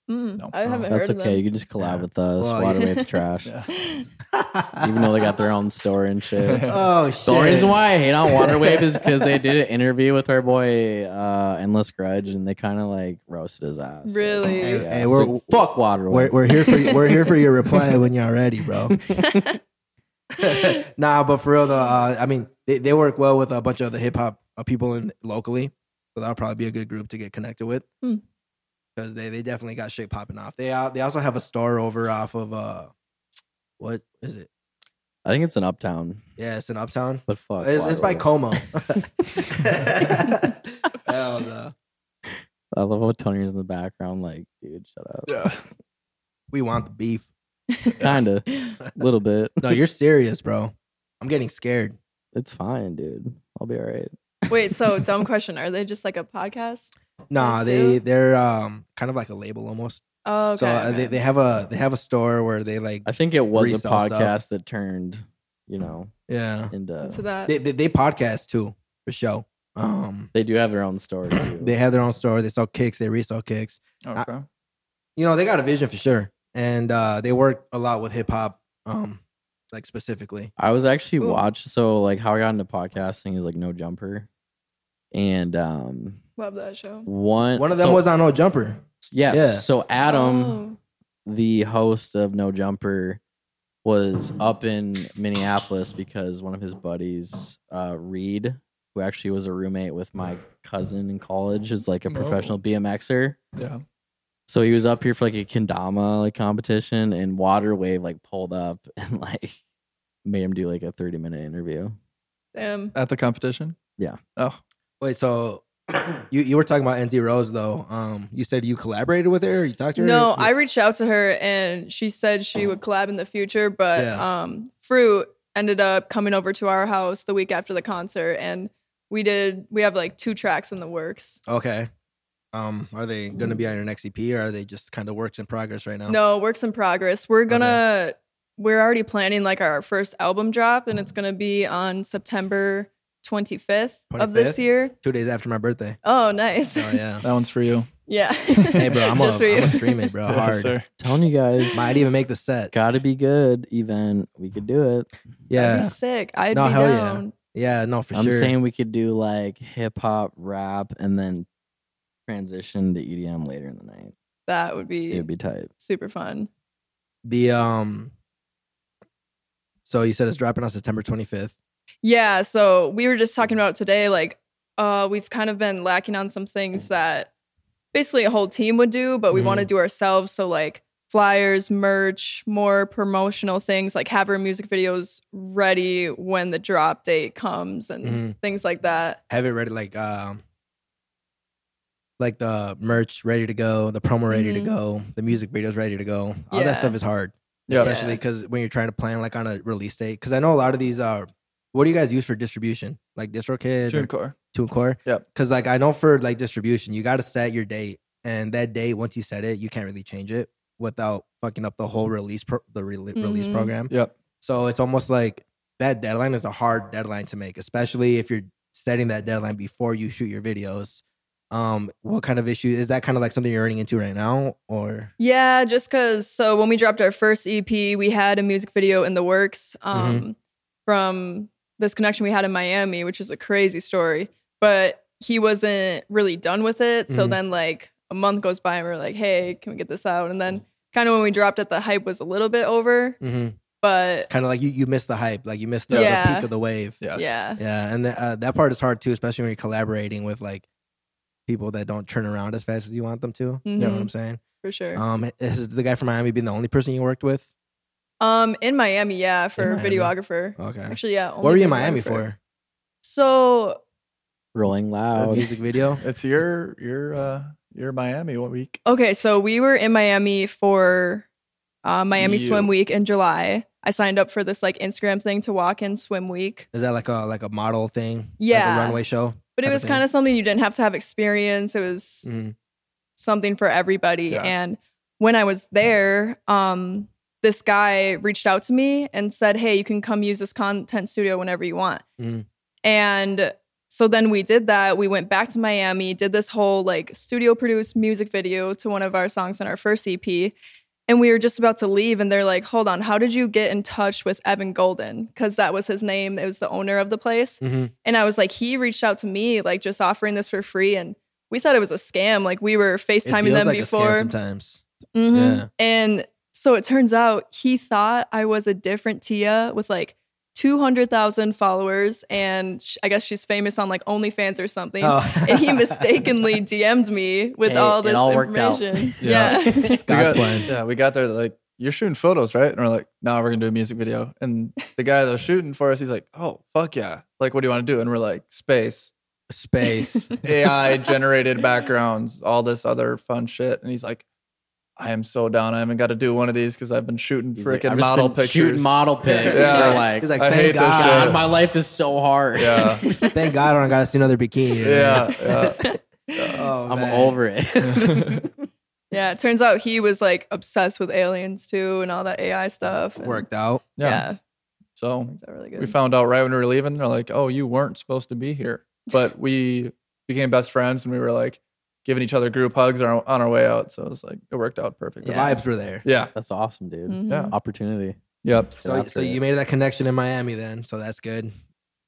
Mm, No. I Oh, haven't That's heard okay. You of can just collab with us. Well, Water yeah. Waves Trash. Yeah. them. Even though they got their own store and shit. oh shit. The only reason why I hate on Water Wave is because they did an interview with our boy uh, Endless Grudge, and they kind of like roasted his ass. Really? Yeah, Hey, hey, so we're- fuck Water We're, Wave. we're here for we're here for your reply when you're ready, bro. nah, but for real though, uh, I mean they, they work well with a bunch of the hip hop uh, people in locally, so that'll probably be a good group to get connected with Hmm. because they they definitely got shit popping off. They uh, they also have a store over off of uh, what is it? I think it's an uptown, Yeah, it's in Uptown. but fuck. It's, Water it's by Wave. Como. Hell no. I love how Tony's in the background, like, dude, shut up. Yeah. We want the beef. Kinda, a little bit. No, you're serious, bro. I'm getting scared. It's fine, dude. I'll be all right. Wait, so dumb question. Are they just like a podcast? Nah, Yes, they yeah. they're um kind of like a label almost. Oh, okay. so uh, okay. they they have a they have a store where they like I think it was a Resell podcast stuff. that turned, you know, yeah into. to that. they, they they podcast too for show. Um, they do have their own store too. they have their own store. They sell kicks. They resell kicks. Okay. You know, they got a vision for sure, and uh, they work a lot with hip hop. Um, like specifically. I was actually Ooh. watched so like how I got into podcasting is like no jumper. And um Love that show. one One of them so- was on No Jumper. yes. yeah. So Adam, Oh. the host of No Jumper, was up in Minneapolis because one of his buddies, uh Reed, who actually was a roommate with my cousin in college, is like a No. professional BMXer. Yeah. So he was up here for like a kendama like competition and Water Wave like pulled up and like made him do like a 30 minute interview. Oh, damn. At the competition. Yeah. Oh. Wait, so you you were talking about NZ Rose though. Um, you said you collaborated with her. You talked to her. No, I reached out to her and she said she would collab in the future, but Yeah. um, Fruit ended up coming over to our house the week after the concert and we did we have like two tracks in the works. Okay. Um, are they going to be on your next EP, or are they just kind of works in progress right now? No, works in progress. We're gonna we're already planning like our first album drop and it's gonna be on September 25th, of this 25th? year. Two days after my birthday. Oh, nice. Oh yeah. That one's for you. yeah. hey, bro, I'm Just for you. gonna stream it, bro. Yes, Hard. sir. Telling you guys Might even make the set. Gotta be good event. We could do it. That'd Yeah. be sick. I'd No, be hell yeah. down. Yeah. No, for I'm sure. saying we could do like hip hop, rap, and then transition to EDM later in the night. That would be, It'd be tight. super fun. The um. So you said it's dropping on September 25th. Yeah, so we were just talking about it today like uh we've kind of been lacking on some things that basically a whole team would do, but we want to do ourselves so like flyers, merch, more promotional things, like have our music videos ready when the drop date comes and Mhm. things like that. Have it ready, like um. Like the merch ready to go, the promo ready to Mhm. go, the music videos ready to go. All that Yeah. stuff is hard. Yeah. especially because when you're trying to plan like on a release date. Because I know a lot of these are. What do you guys use for distribution? Like DistroKid, TuneCore. Tune core. TuneCore. Yep. Because like I know for like distribution, you got to set your date, and that date once you set it, you can't really change it without fucking up the whole release pro- the re- release Mhm. program. Yep. So it's almost like that deadline is a hard deadline to make, especially if you're setting that deadline before you shoot your videos. Um, what kind of issue is that? Kind of like something you're running into right now, or Yeah, just because. So when we dropped our first EP, we had a music video in the works Mm-hmm. um, from this connection we had in Miami, which is a crazy story. But he wasn't really done with it. So Mhm. then, like, a month goes by and we're like, hey, can we get this out? And then, kind of when we dropped it, the hype was a little bit over. But kind of like you you miss the hype, like you miss the, the Yeah. peak of the wave. Yes. yeah, Yeah, and the, uh, that part is hard too, especially when you're collaborating with like people that don't turn around as fast as you want them to. You know what Mhm. I'm saying? for sure. Um, Um, has the guy from Miami been the only person you worked with? Um, in Miami, yeah, for Miami. videographer. Okay. Actually, yeah. What only were you in Miami videographer. for? So Rolling That Oh, loud. music video. It's your your uh your Miami one week. Okay, so we were in Miami for uh, Miami You. Swim Week in July. I signed up for this like Instagram thing to walk in Swim Week, Is that like a like a model thing? Like a Yeah. runway show. but it Type of was thing. kind of something you didn't have to have experience. It was Mhm. something for everybody. Yeah. And when I was there, um, this guy reached out to me and said, "Hey, you can come use this content studio whenever you want." Mhm. And So then we did that. We went back to Miami, did this whole like studio produced music video to one of our songs on our first EP. And we were just about to leave, and they're like, Hold on, how did you get in touch with Evan Golden? Because that was his name, it was the owner of the place. Mhm. And I was like, He reached out to me, like just offering this for free. And we thought it was a scam. Like we were It FaceTiming feels them like a scam before. sometimes. hmm Yeah. And so it turns out he thought I was a different Tia with like 200,000 followers. And sh- I guess she's famous on like OnlyFans or something. Oh. And he mistakenly DM'd me with Hey, all it this all worked out. information. Yeah. yeah. We God's got, plan. Yeah, we got there like you're shooting photos, right? And we're like, no, we're gonna do a music video. And the guy that was shooting for us, he's like, oh fuck yeah, like what do you want to do? And we're like, space, Space. AI generated backgrounds, all this other fun shit. And he's like, I am so down. I haven't got to do one of these because I've been shooting He's like, freaking "I've just model been pictures. Shooting model pics. Yeah. They're like, He's like, I thank hate this God. God, my life is so hard. Yeah. Thank God I don't got to see another bikini. yeah, yeah. Oh, I'm man. over it. yeah. It turns out he was like obsessed with aliens too and all that AI stuff. and- Worked out. Yeah. Yeah. So That's really good. we found out right when we were leaving. They're like, "Oh, you weren't supposed to be here," but we became best friends, and we were like giving each other group hugs on our, on our way out. So it was like it worked out perfectly. The Yeah. vibes were there. Yeah. That's awesome, dude. Mhm. Yeah. Opportunity. Yep. Get So, after so it. you made that connection in Miami then, so that's good.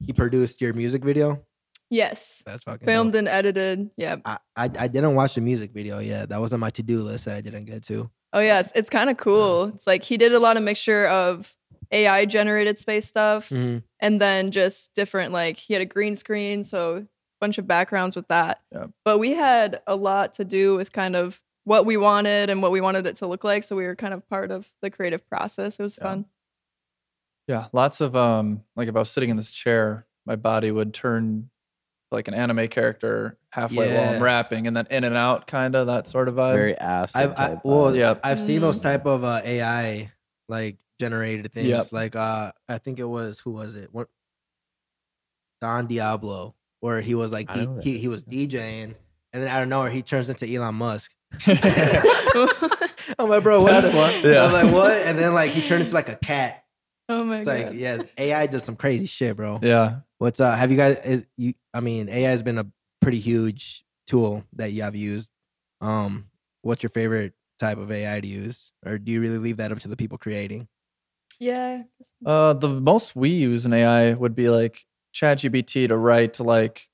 He produced your music video. Yes. That's fucking Filmed dope. and edited. Yeah. I, I I didn't watch the music video yet. That was on my to do list that I didn't get to. Oh yeah, it's it's kind of cool. It's like he did a lot of mixture of AI generated space stuff Mm. Mm-hmm. and then just different like he had a green screen, so a bunch of backgrounds with that. Yeah. But we had a lot to do with kind of what we wanted and what we wanted it to look like, so we were kind of part of the creative process. It was Yeah. fun. Yeah. Lots of um, like if I was sitting in this chair, my body would turn like an anime character halfway while Yeah. I'm rapping, and then in and out, kind of that sort of vibe. Very ass. Um, I've I, type well, vibe. Yeah. I've seen Mhm. those type of uh, AI like generated things. Yep. Like uh, I think it was who was it? What Don Diablo, where he was like I know D- that. he, he was DJing, and then out of nowhere he turns into Elon Musk. I'm like, bro, what? the- I was yeah. like, what? And then like he turned into like a cat. oh my It's god. like, yeah, AI does some crazy shit, bro. Yeah. What's uh? Have you guys? Is, you, I mean, AI has been a pretty huge tool that you have used. Um, what's your favorite type of AI to use, or do you really leave that up to the people creating? Yeah. Uh, the most we use in AI would be like ChatGPT to write like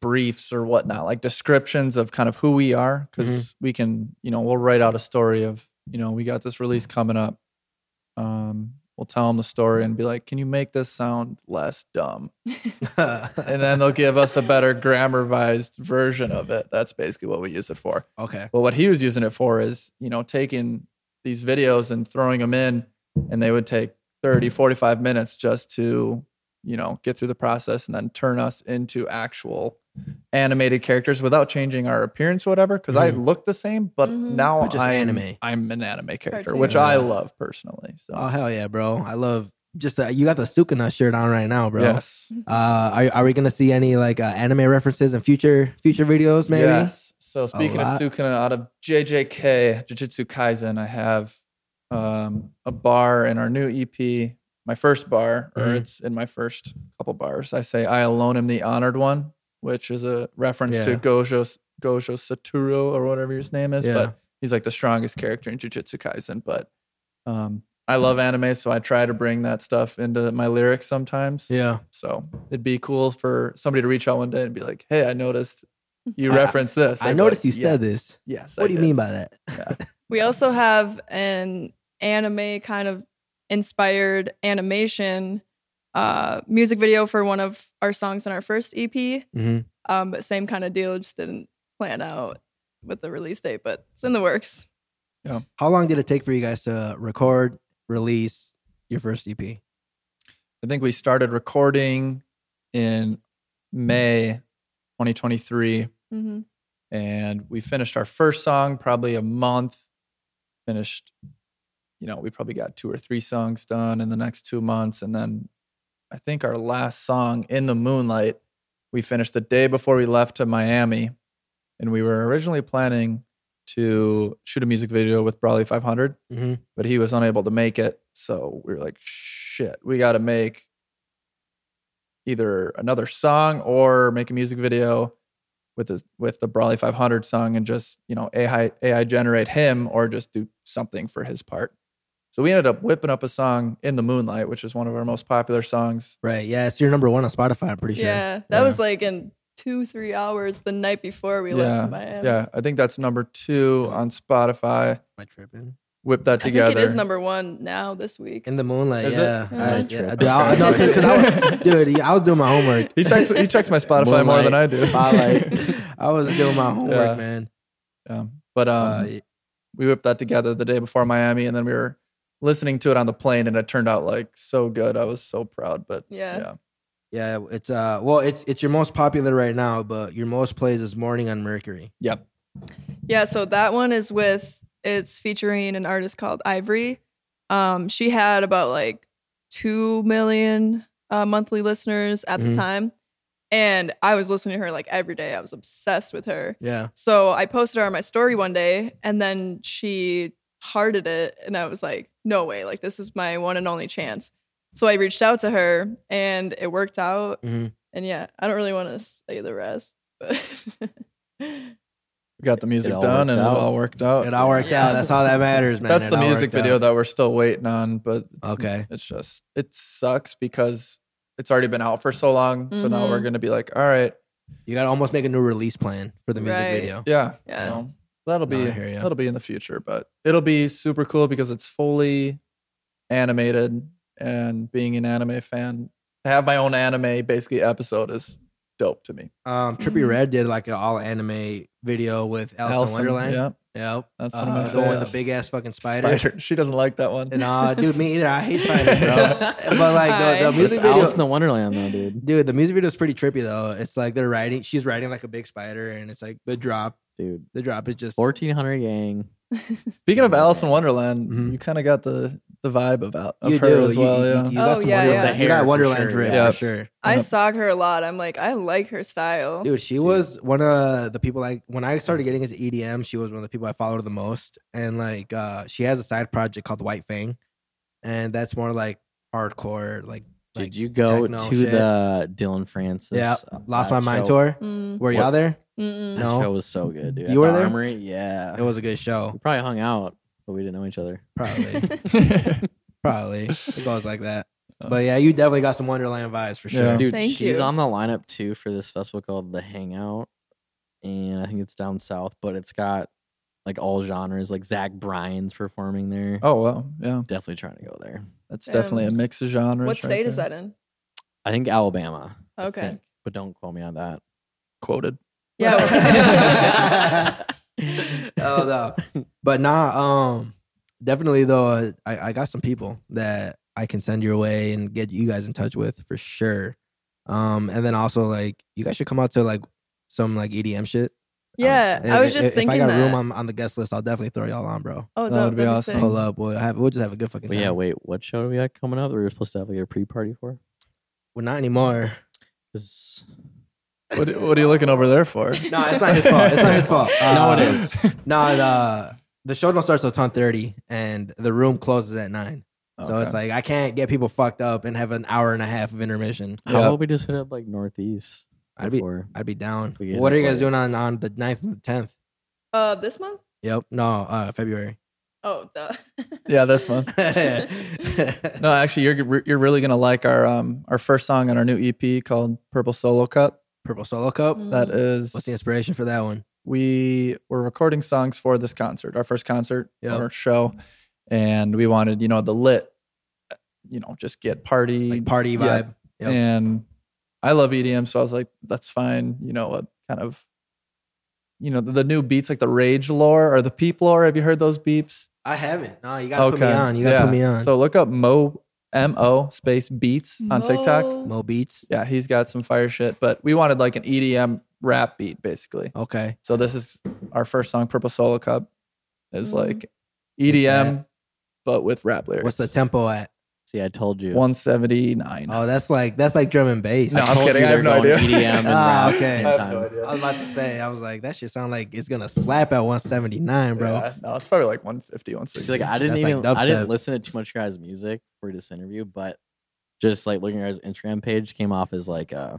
briefs or whatnot, like descriptions of kind of who we are, because we can, you know, we'll write out a story of, you know, we got this release coming up. Um, we'll tell them the story and be like, can you make this sound less dumb? And then they'll give us a better grammarized version of it. That's basically what we use it for. okay, But what he was using it for is, you know, taking these videos and throwing them in, and they would take 30, 45 minutes just to, you know, get through the process and then turn us into actual animated characters without changing our appearance or whatever. because I Mhm. look the same, but Mhm. now But just I'm, anime. I'm an anime character, Cartoon. which I Yeah. love personally. So, oh hell yeah, bro! I love just that you got the Sukuna shirt on right now, bro. yes. Uh, are, are we gonna see any like uh, anime references in future future videos? Maybe. Yes. So speaking of lot. Sukuna, out of JJK Jujutsu Kaisen, I have um, a bar in our new EP. My first bar, or Mhm. it's in my first couple bars. I say, "I alone am the honored one," which is a reference Yeah. to Gojo Gojo Satoru or whatever his name is. Yeah. But he's like the strongest character in Jujutsu Kaisen. But um, I love anime, so I try to bring that stuff into my lyrics sometimes. Yeah. So it'd be cool for somebody to reach out one day and be like, "Hey, I noticed you referenced this. I I'd be noticed you like, said "Yes, this. Yes. What I do you did." mean by that? We also have an anime kind of inspired animation uh, music video for one of our songs in our first EP. Mm-hmm. Um, but same kind of deal, just didn't plan out with the release date, but it's in the works. How long did it take for you guys to record, release your first E EP? I think we started recording in May 2023, Mm-hmm. and we finished our first song probably a month. Finished, you know, we probably got two or three songs done in the next two months, and then I think our last song in the moonlight we finished the day before we left to Miami, and we were originally planning to shoot a music video with Brawley 500, Mhm. but he was unable to make it. So we were like, shit, we got to make either another song or make a music video with the with the Brawley 500 song and just you know AI AI generate him or just do something for his part. So we ended up whipping up a song in the moonlight, which is one of our most popular songs. Right. Yeah, it's your number one on Spotify. I'm pretty sure. Yeah, that Yeah. was like in two, three hours the night before we left to Miami. Yeah, I think that's number two on Spotify. Am I tripping? Whip that I together. think it is number one now this week. In the moonlight. Is it? yeah. Am I, I yeah. tripping? Dude, I, I, no, 'cause- 'cause I was, dude, I was doing my homework. he checks he checks my Spotify more than I do. Spotlight. I was doing my homework, Yeah. man. yeah. But um, Uh, we whipped that together the day before Miami, and then we were listening to it on the plane, and it turned out like so good. I was so proud. But Yeah. yeah, yeah, it's uh, well, it's it's your most popular right now, but your most plays is "Morning on Mercury." Yeah, so that one is with it's featuring an artist called Ivory. Um, she had about like two million uh, monthly listeners at Mhm. the time, and I was listening to her like every day. I was obsessed with her. Yeah, So I posted her on my story one day, and then she hearted it, and I was like, "No way! Like this is my one and only chance." So I reached out to her, and it worked out. Mhm. And yeah, I don't really want to say the rest, but we got the music all done, worked and out. it all worked out. it all worked Yeah. out. That's all that matters, man. Oh, That's It the all music worked out. video that we're still waiting on, but it's, Okay. it's just it sucks because it's already been out for so long. So now Mhm. we're gonna be like, all right, You gotta almost make a new release plan for the music Right. video. yeah, Yeah. so that'll No, be I hear ya. that'll be in the future, but it'll be super cool because it's fully animated, and being an anime fan, to have my own anime basically episode is dope to me. Um, Trippy Mhm. Red did like an all anime video with Alice, Elsa, in Wonderland. yeah, Yep. that's one Uh, of the my one with faves. the big ass fucking spider. spider. She doesn't like that one. And uh, dude, me either. I hate spiders, bro. But like the, the Hi. It's music It's video, Alice in the Wonderland though, dude. dude, the music video is pretty trippy though. It's like they're riding. She's riding like a big spider, and it's like the drop. Dude, The drop is just fourteen hundred gang. Speaking of Alice in Wonderland, Mhm. you kind of got the the vibe of, out, of You her do. as You- well. you, yeah. you, you Oh, got some yeah, Wonderland. yeah. You got Hair, Wonderland for sure, drip yeah. for sure. I Yeah. stalk her a lot. I'm like, I like her style. Dude, she Dude. was one of the people like when I started getting into EDM, she was one of the people I followed the most. And like uh she has a side project called White Fang. And that's more like hardcore, like Did Like, you go to techno shit. the Dylan Francis? Yeah, uh, Lost My that Mind show? tour. Mm, Were y'all What? there? mm-mm. That No. show was so good, dude. At You were the there? Armory? Yeah. It was a good show. we probably hung out, but we didn't know each other. Probably. probably. It goes like that. Oh. But yeah, you definitely got some Wonderland vibes for sure. Yeah. Dude, Thank she's you. on the lineup too for this festival called The Hangout. And I think it's down south, but it's got like all genres, like Zach Bryan's performing there. oh well, yeah, Definitely trying to go there. that's definitely a mix of genres. What state right is there. that in? I think Alabama. I Okay. think, but don't quote me on that. Quoted. Oh, Yeah. oh no. But nah, um definitely though uh, I, I got some people that I can send your way and get you guys in touch with for sure. Um and then also like you guys should come out to like some like EDM shit. yeah, And I was i- just if, thinking I got that. room on, on the guest list, I'll definitely throw y'all on, bro. oh, That dope, would be that'd awesome. sick. Pull up. We'll have we'll just have a good fucking But time. yeah, wait, what show do we got coming up that we were supposed to have like a pre party for? well, not anymore. 'Cause- What, what are you looking over there for? No, it's not his fault. It's not his fault. no, Uh, it is. No, the the show don't start till ten thirty, and the room closes at nine. So it's like I can't get people fucked up and have an hour and a half of intermission. how Yeah. about we just hit up like Northeast? I'd be before? I'd be down. We get What it are you guys played. doing on on the 9th and the tenth? Uh, this month? Yep. No, uh, February. Oh, duh. Yeah, this month. no. no, actually, you're you're really gonna like our um our first song on our new EP called Purple Solo Cup. Purple Solo Cup. Mm. That is What's the inspiration for that one? we were recording songs for this concert, our first concert Yeah. or show, and we wanted, you know, the lit, uh, you know, just get party, Like party Yep. vibe. Yep. and I love EDM, so I was like, that's fine, you know, a kind of, you know, the, the new beats like the rage lore or the peep lore. Have you heard those beeps? I haven't. No, you gotta put me on. You gotta yeah. put me on. So look up Mo M O space beats on TikTok. Mo- Mo Beats. Yeah, he's got some fire shit, but we wanted like an EDM rap beat basically. Okay. So this is our first song, Purple Solo Cup, is Mm-hmm. Mhm. like What's EDM, but with rap lyrics. What's the tempo at? See, I told you. 179. Oh, that's like that's like drum and bass. No, I I'm told kidding. you I they're have no going idea. EDM and Ah, rap okay. at the I same time. I was about to say, I was like, that shit sound like it's gonna slap at 179, bro. Yeah, no, it's probably like 150, She's 160. like, I didn't That's like even, I didn't dubstep. listen to too much of your guys' music for this interview, but just like looking at his Instagram page came off as like uh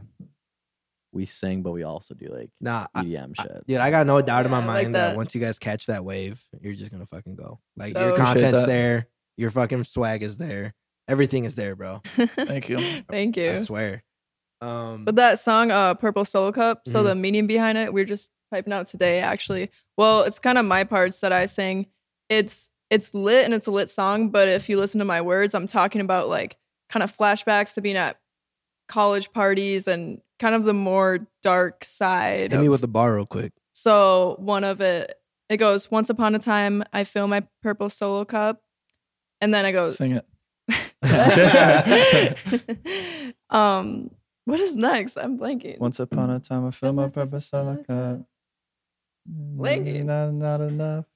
we sing but we also do like Nah, I, EDM shit. dude, I got no doubt in my Yeah, I like mind that. that. once you guys catch that wave, you're just gonna fucking go. Like So- your Appreciate content's that. there, your fucking swag is there, everything is there, bro. Thank you. Thank I you. swear. Um, But that song, uh, Purple Solo Cup, so Mhm. the meaning behind it, we are just typing out today, actually. Well, it's kind of my parts that I sing. It's it's lit and it's a lit song, but if you listen to my words, I'm talking about like kind of flashbacks to being at college parties and kind of the more dark side. hit me of- with the bar real quick. So one of it, it goes, Once upon a time, I fill my purple solo cup. And then it goes, Sing it. um, what is next? I'm blanking. Once upon a time, I filled my purpose. I like a- Blanking. Not, not enough.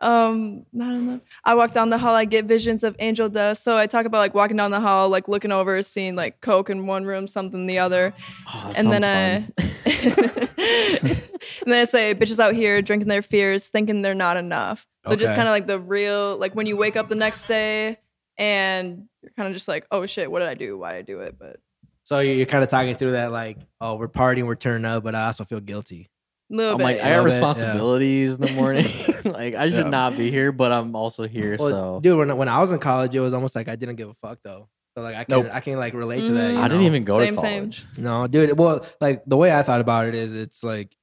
Um, not enough. I walk down the hall. I get visions of angel dust. So I talk about like walking down the hall, like looking over, seeing like coke in one room, something in the other, Oh, that and then uh, sounds I, and then I say, "Bitches out here drinking their fears, thinking they're not enough." So just Okay. kind of like the real, like when you wake up the next day and you're kind of just like, "Oh shit, what did I do? Why did I do it?" But So you're you're kind of talking through that, like, oh, we're partying, we're turning up, but I also feel guilty. little I'm bit. like yeah. I have Love it, yeah. responsibilities in the morning. like I should Yeah. not be here, but I'm also here. Well, so dude, when, when I was in college, it was almost like I didn't give a fuck though. So like I can Nope. I can like relate to that. Mhm. you I didn't know? even go Same, to same. college. No, dude. Well, like the way I thought about it is, it's like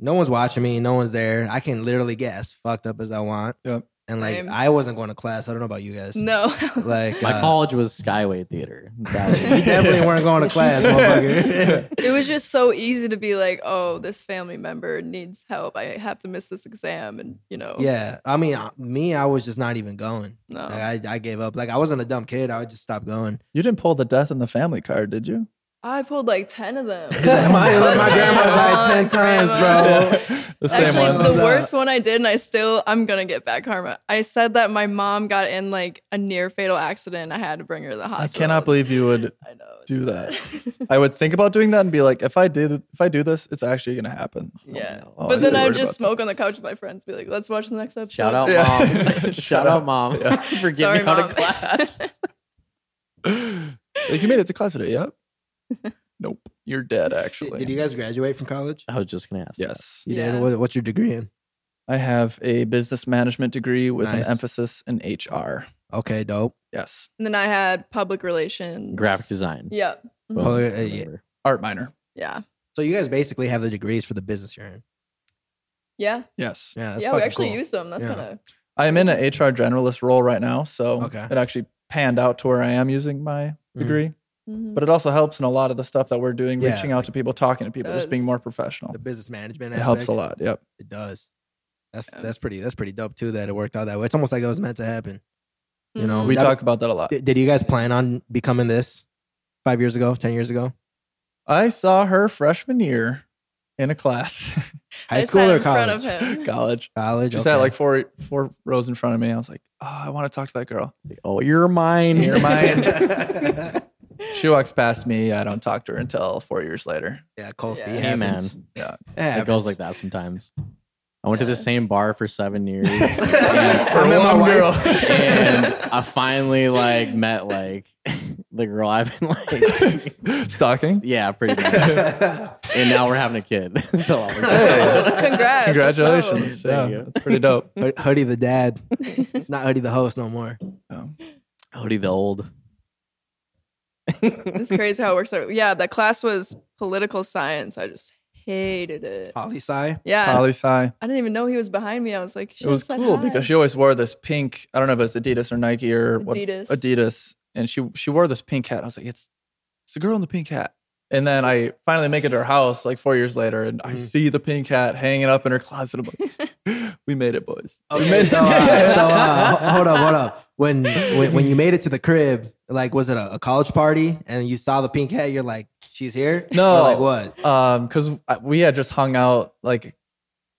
no one's watching me, no one's there. I can literally get as fucked up as I want. Yep. And like Same. I wasn't going to class. I don't know about you guys. no, Like My uh, college was Skyway Theater. That was- we definitely weren't going to class, motherfucker. it was just so easy to be like, oh, this family member needs help. I have to miss this exam, and you know, yeah, I mean, I- me, I was just not even going. no. Like, I I gave up. Like I wasn't a dumb kid. I would just stop going. You didn't pull the death in the family card, did you? I pulled like ten of them. my, my Come grandma on, died ten times, grandma. bro. the same Actually, one. the No. worst one I did, and I still I'm gonna get bad karma. I said that my mom got in like a near fatal accident. I had to bring her to the I hospital. cannot believe you would I know. do that. Oh, I would think about doing that and be like, if I did, if I do this, it's actually gonna happen. yeah, Oh, no. but I'm then so I worried would just about smoke on the couch with my friends. Be like, let's watch the next episode. Shout out, Yeah. mom. Shout Shout out, out. mom, for Sorry, getting me out Mom. of class. that. So you made it to class today. Yep. nope. You're dead. Actually. Did, did you guys graduate from college? I was just gonna ask. that. Yes. You Yeah. did. What, what's your degree in? I have a business management degree with Nice. an emphasis in HR. Okay, dope. Yes. And then I had public relations, graphic design. Yeah, Boom. Oh, yeah, yeah. Remember. Art minor. yeah, So you guys basically have the degrees for the business you're in. yeah, Yes. Yeah, that's yeah. We fucking actually cool. used them. That's Yeah. kind of I am in an HR generalist role right now, so Okay. it actually panned out to where I am using my Mhm. degree. mm-hmm, But it also helps in a lot of the stuff that we're doing, Yeah, reaching out to people, talking to people, does. just being more professional. the business management. It helps a aspect. lot. Yep. It does. That's Yeah. that's pretty that's pretty dope too that it worked out that way. It's almost like it was meant to happen. You mm-hmm. know, We That- talk about that a lot. Did, did you guys plan on becoming this five years ago, ten years ago? I saw her freshman year in a class, High I school sat or in college? front of him. college. College. She okay. sat like four four rows in front of me. I was like, oh, I want to talk to that girl. Oh, you're mine. You're mine. yeah, She walks past me. I don't talk to her until four years later. cold Yeah. feet. Hey, man. happens. Yeah. Yeah, It goes like that sometimes. I went to the Yeah. same bar for seven years, For For one one girl. and I finally like met like the girl I've been like, Stalking. yeah, pretty much. happens. And now we're having a kid. so I was Hey. like, Congrats. Congratulations. There Yeah, you go. that's pretty dope. Hood- Hoodie the dad, not Hoodie the host no more. Um, Odie the old. It's crazy how it works out. Yeah, that class was political science. I just hated it. Poli sci. Yeah. poli sci. I didn't even know he was behind me. I was like, It was cool because she always wore this pink. I don't know if it's Adidas or Nike or what, Adidas. Adidas, and she she wore this pink hat. I was like, it's it's the girl in the pink hat. And then I finally make it to her house like four years later, and I Mhm. see the pink hat hanging up in her closet. I'm like, we made it, boys. we Okay, made Oh, so, uh, so uh, ho- hold up, hold up. When, when when you made it to the crib, like was it a, a college party and you saw the pink hat, you're like, she's here. No. Or like what? um because we had just hung out like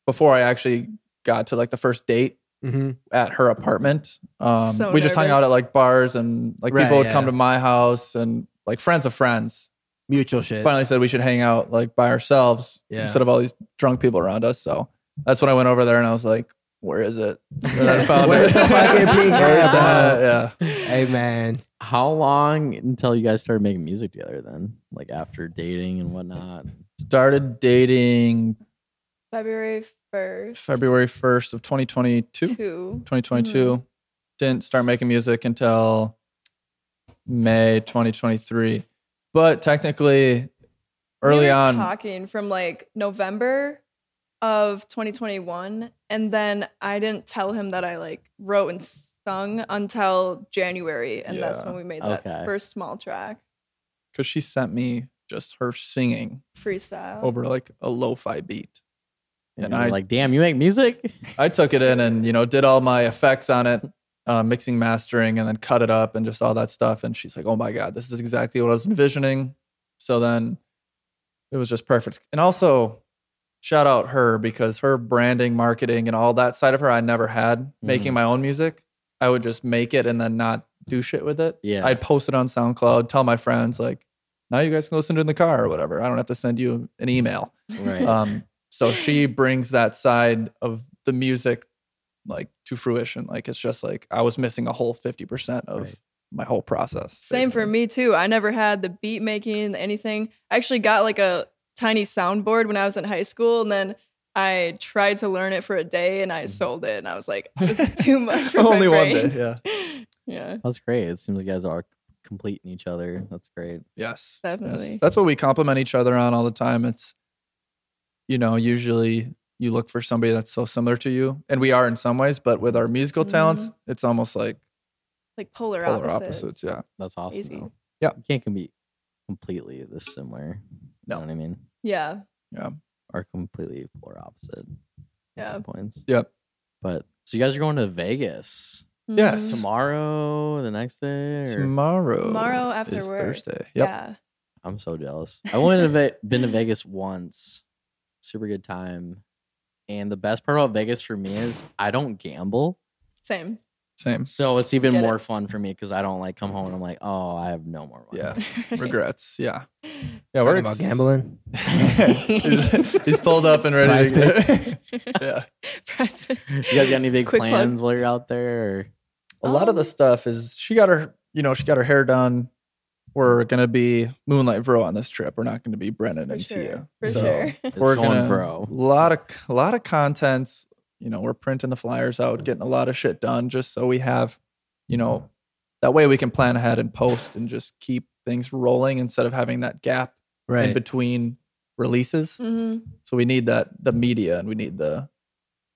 before i actually got to like the first date Mm-hmm. at her apartment um So we just hung out nervous. at like bars and like Right, people would yeah. come to my house and like friends of friends Mutual shit. finally said we should hang out like by ourselves Yeah. instead of all these drunk people around us so that's when i went over there and i was like where is it? And I found Where's it. the fucking pink Where's the- apple? yeah. Hey man, How long until you guys started making music together? Then, like after dating and whatnot. Started dating February first. February 1st of 2022. two. Mm-hmm. 2022. Didn't start making music until May 2023. But technically, We early were on, talking from like November of 2021, and then I didn't tell him that I like wrote and sung until January, and that's Yeah. when we made that Okay. first small track because she sent me just her singing freestyle. over like a lo fi beat. And, And you were I- like, damn, you make music? I took it in and you know did all my effects on it, uh, mixing, mastering, and then cut it up and just all that stuff. And she's like, "Oh my god, this is exactly what I was envisioning." So then it was just perfect. And also, shout out her because her branding, marketing, and all that side of her I never had. Making my own music, I would just make it and then not do shit with it. Yeah. I'd post it on SoundCloud, tell my friends like, "Now you guys can listen to it in the car or whatever. I don't have to send you an email." right. um, so she brings that side of the music like to fruition like it's just like i was missing a whole 50% of Right. my whole process Same for basically. me too. I never had the beat making, the anything. I actually got like a tiny soundboard when I was in high school, and then I tried to learn it for a day, and I sold it, and I was like, "This is too much for Mm. only my one brain." day yeah day. yeah, That's great. It seems you guys are completing each other. That's great. yes definitely. yes that's what we compliment each other on all the time it's you know usually you look for somebody that's so similar to you and we are in some ways but with our musical Mm-hmm. talents it's almost like like polar, polar opposites. opposites yeah That's awesome. Easy. though. Yeah. You can't can be completely this similar. No. You know what I mean? Yeah, Or completely polar opposite at yeah. some points. Yep. But so you guys are going to Vegas Yes. Mhm. tomorrow, the next day? or- tomorrow Tomorrow after is work. thursday yep Yeah. I'm so jealous. I went to Ve- been to Vegas once. Super good time. And the best part about Vegas for me is I don't gamble. Same. same So it's even Get it. more fun for me because I don't like come home and I'm like, oh, I have no more money. Yeah. regrets yeah yeah talking we're about ex- gambling. he's, he's pulled up and ready Prize to go. yeah. Press it. You guys got any big Quick plug. plans while you're out there? Or? A lot Oh. of the Um, stuff is she got her, you know, she got her hair done. We're gonna be Moonlight Vro on this trip. We're not gonna be Brennan For and sure. Tia. For So, sure. It's We're going gonna- A pro. lot of a lot of contents. You know, we're printing the flyers out, getting a lot of shit done, just so we have, you know, that way we can plan ahead and post and just keep things rolling instead of having that gap in Right. between releases. Mhm. So we need that the media and we need the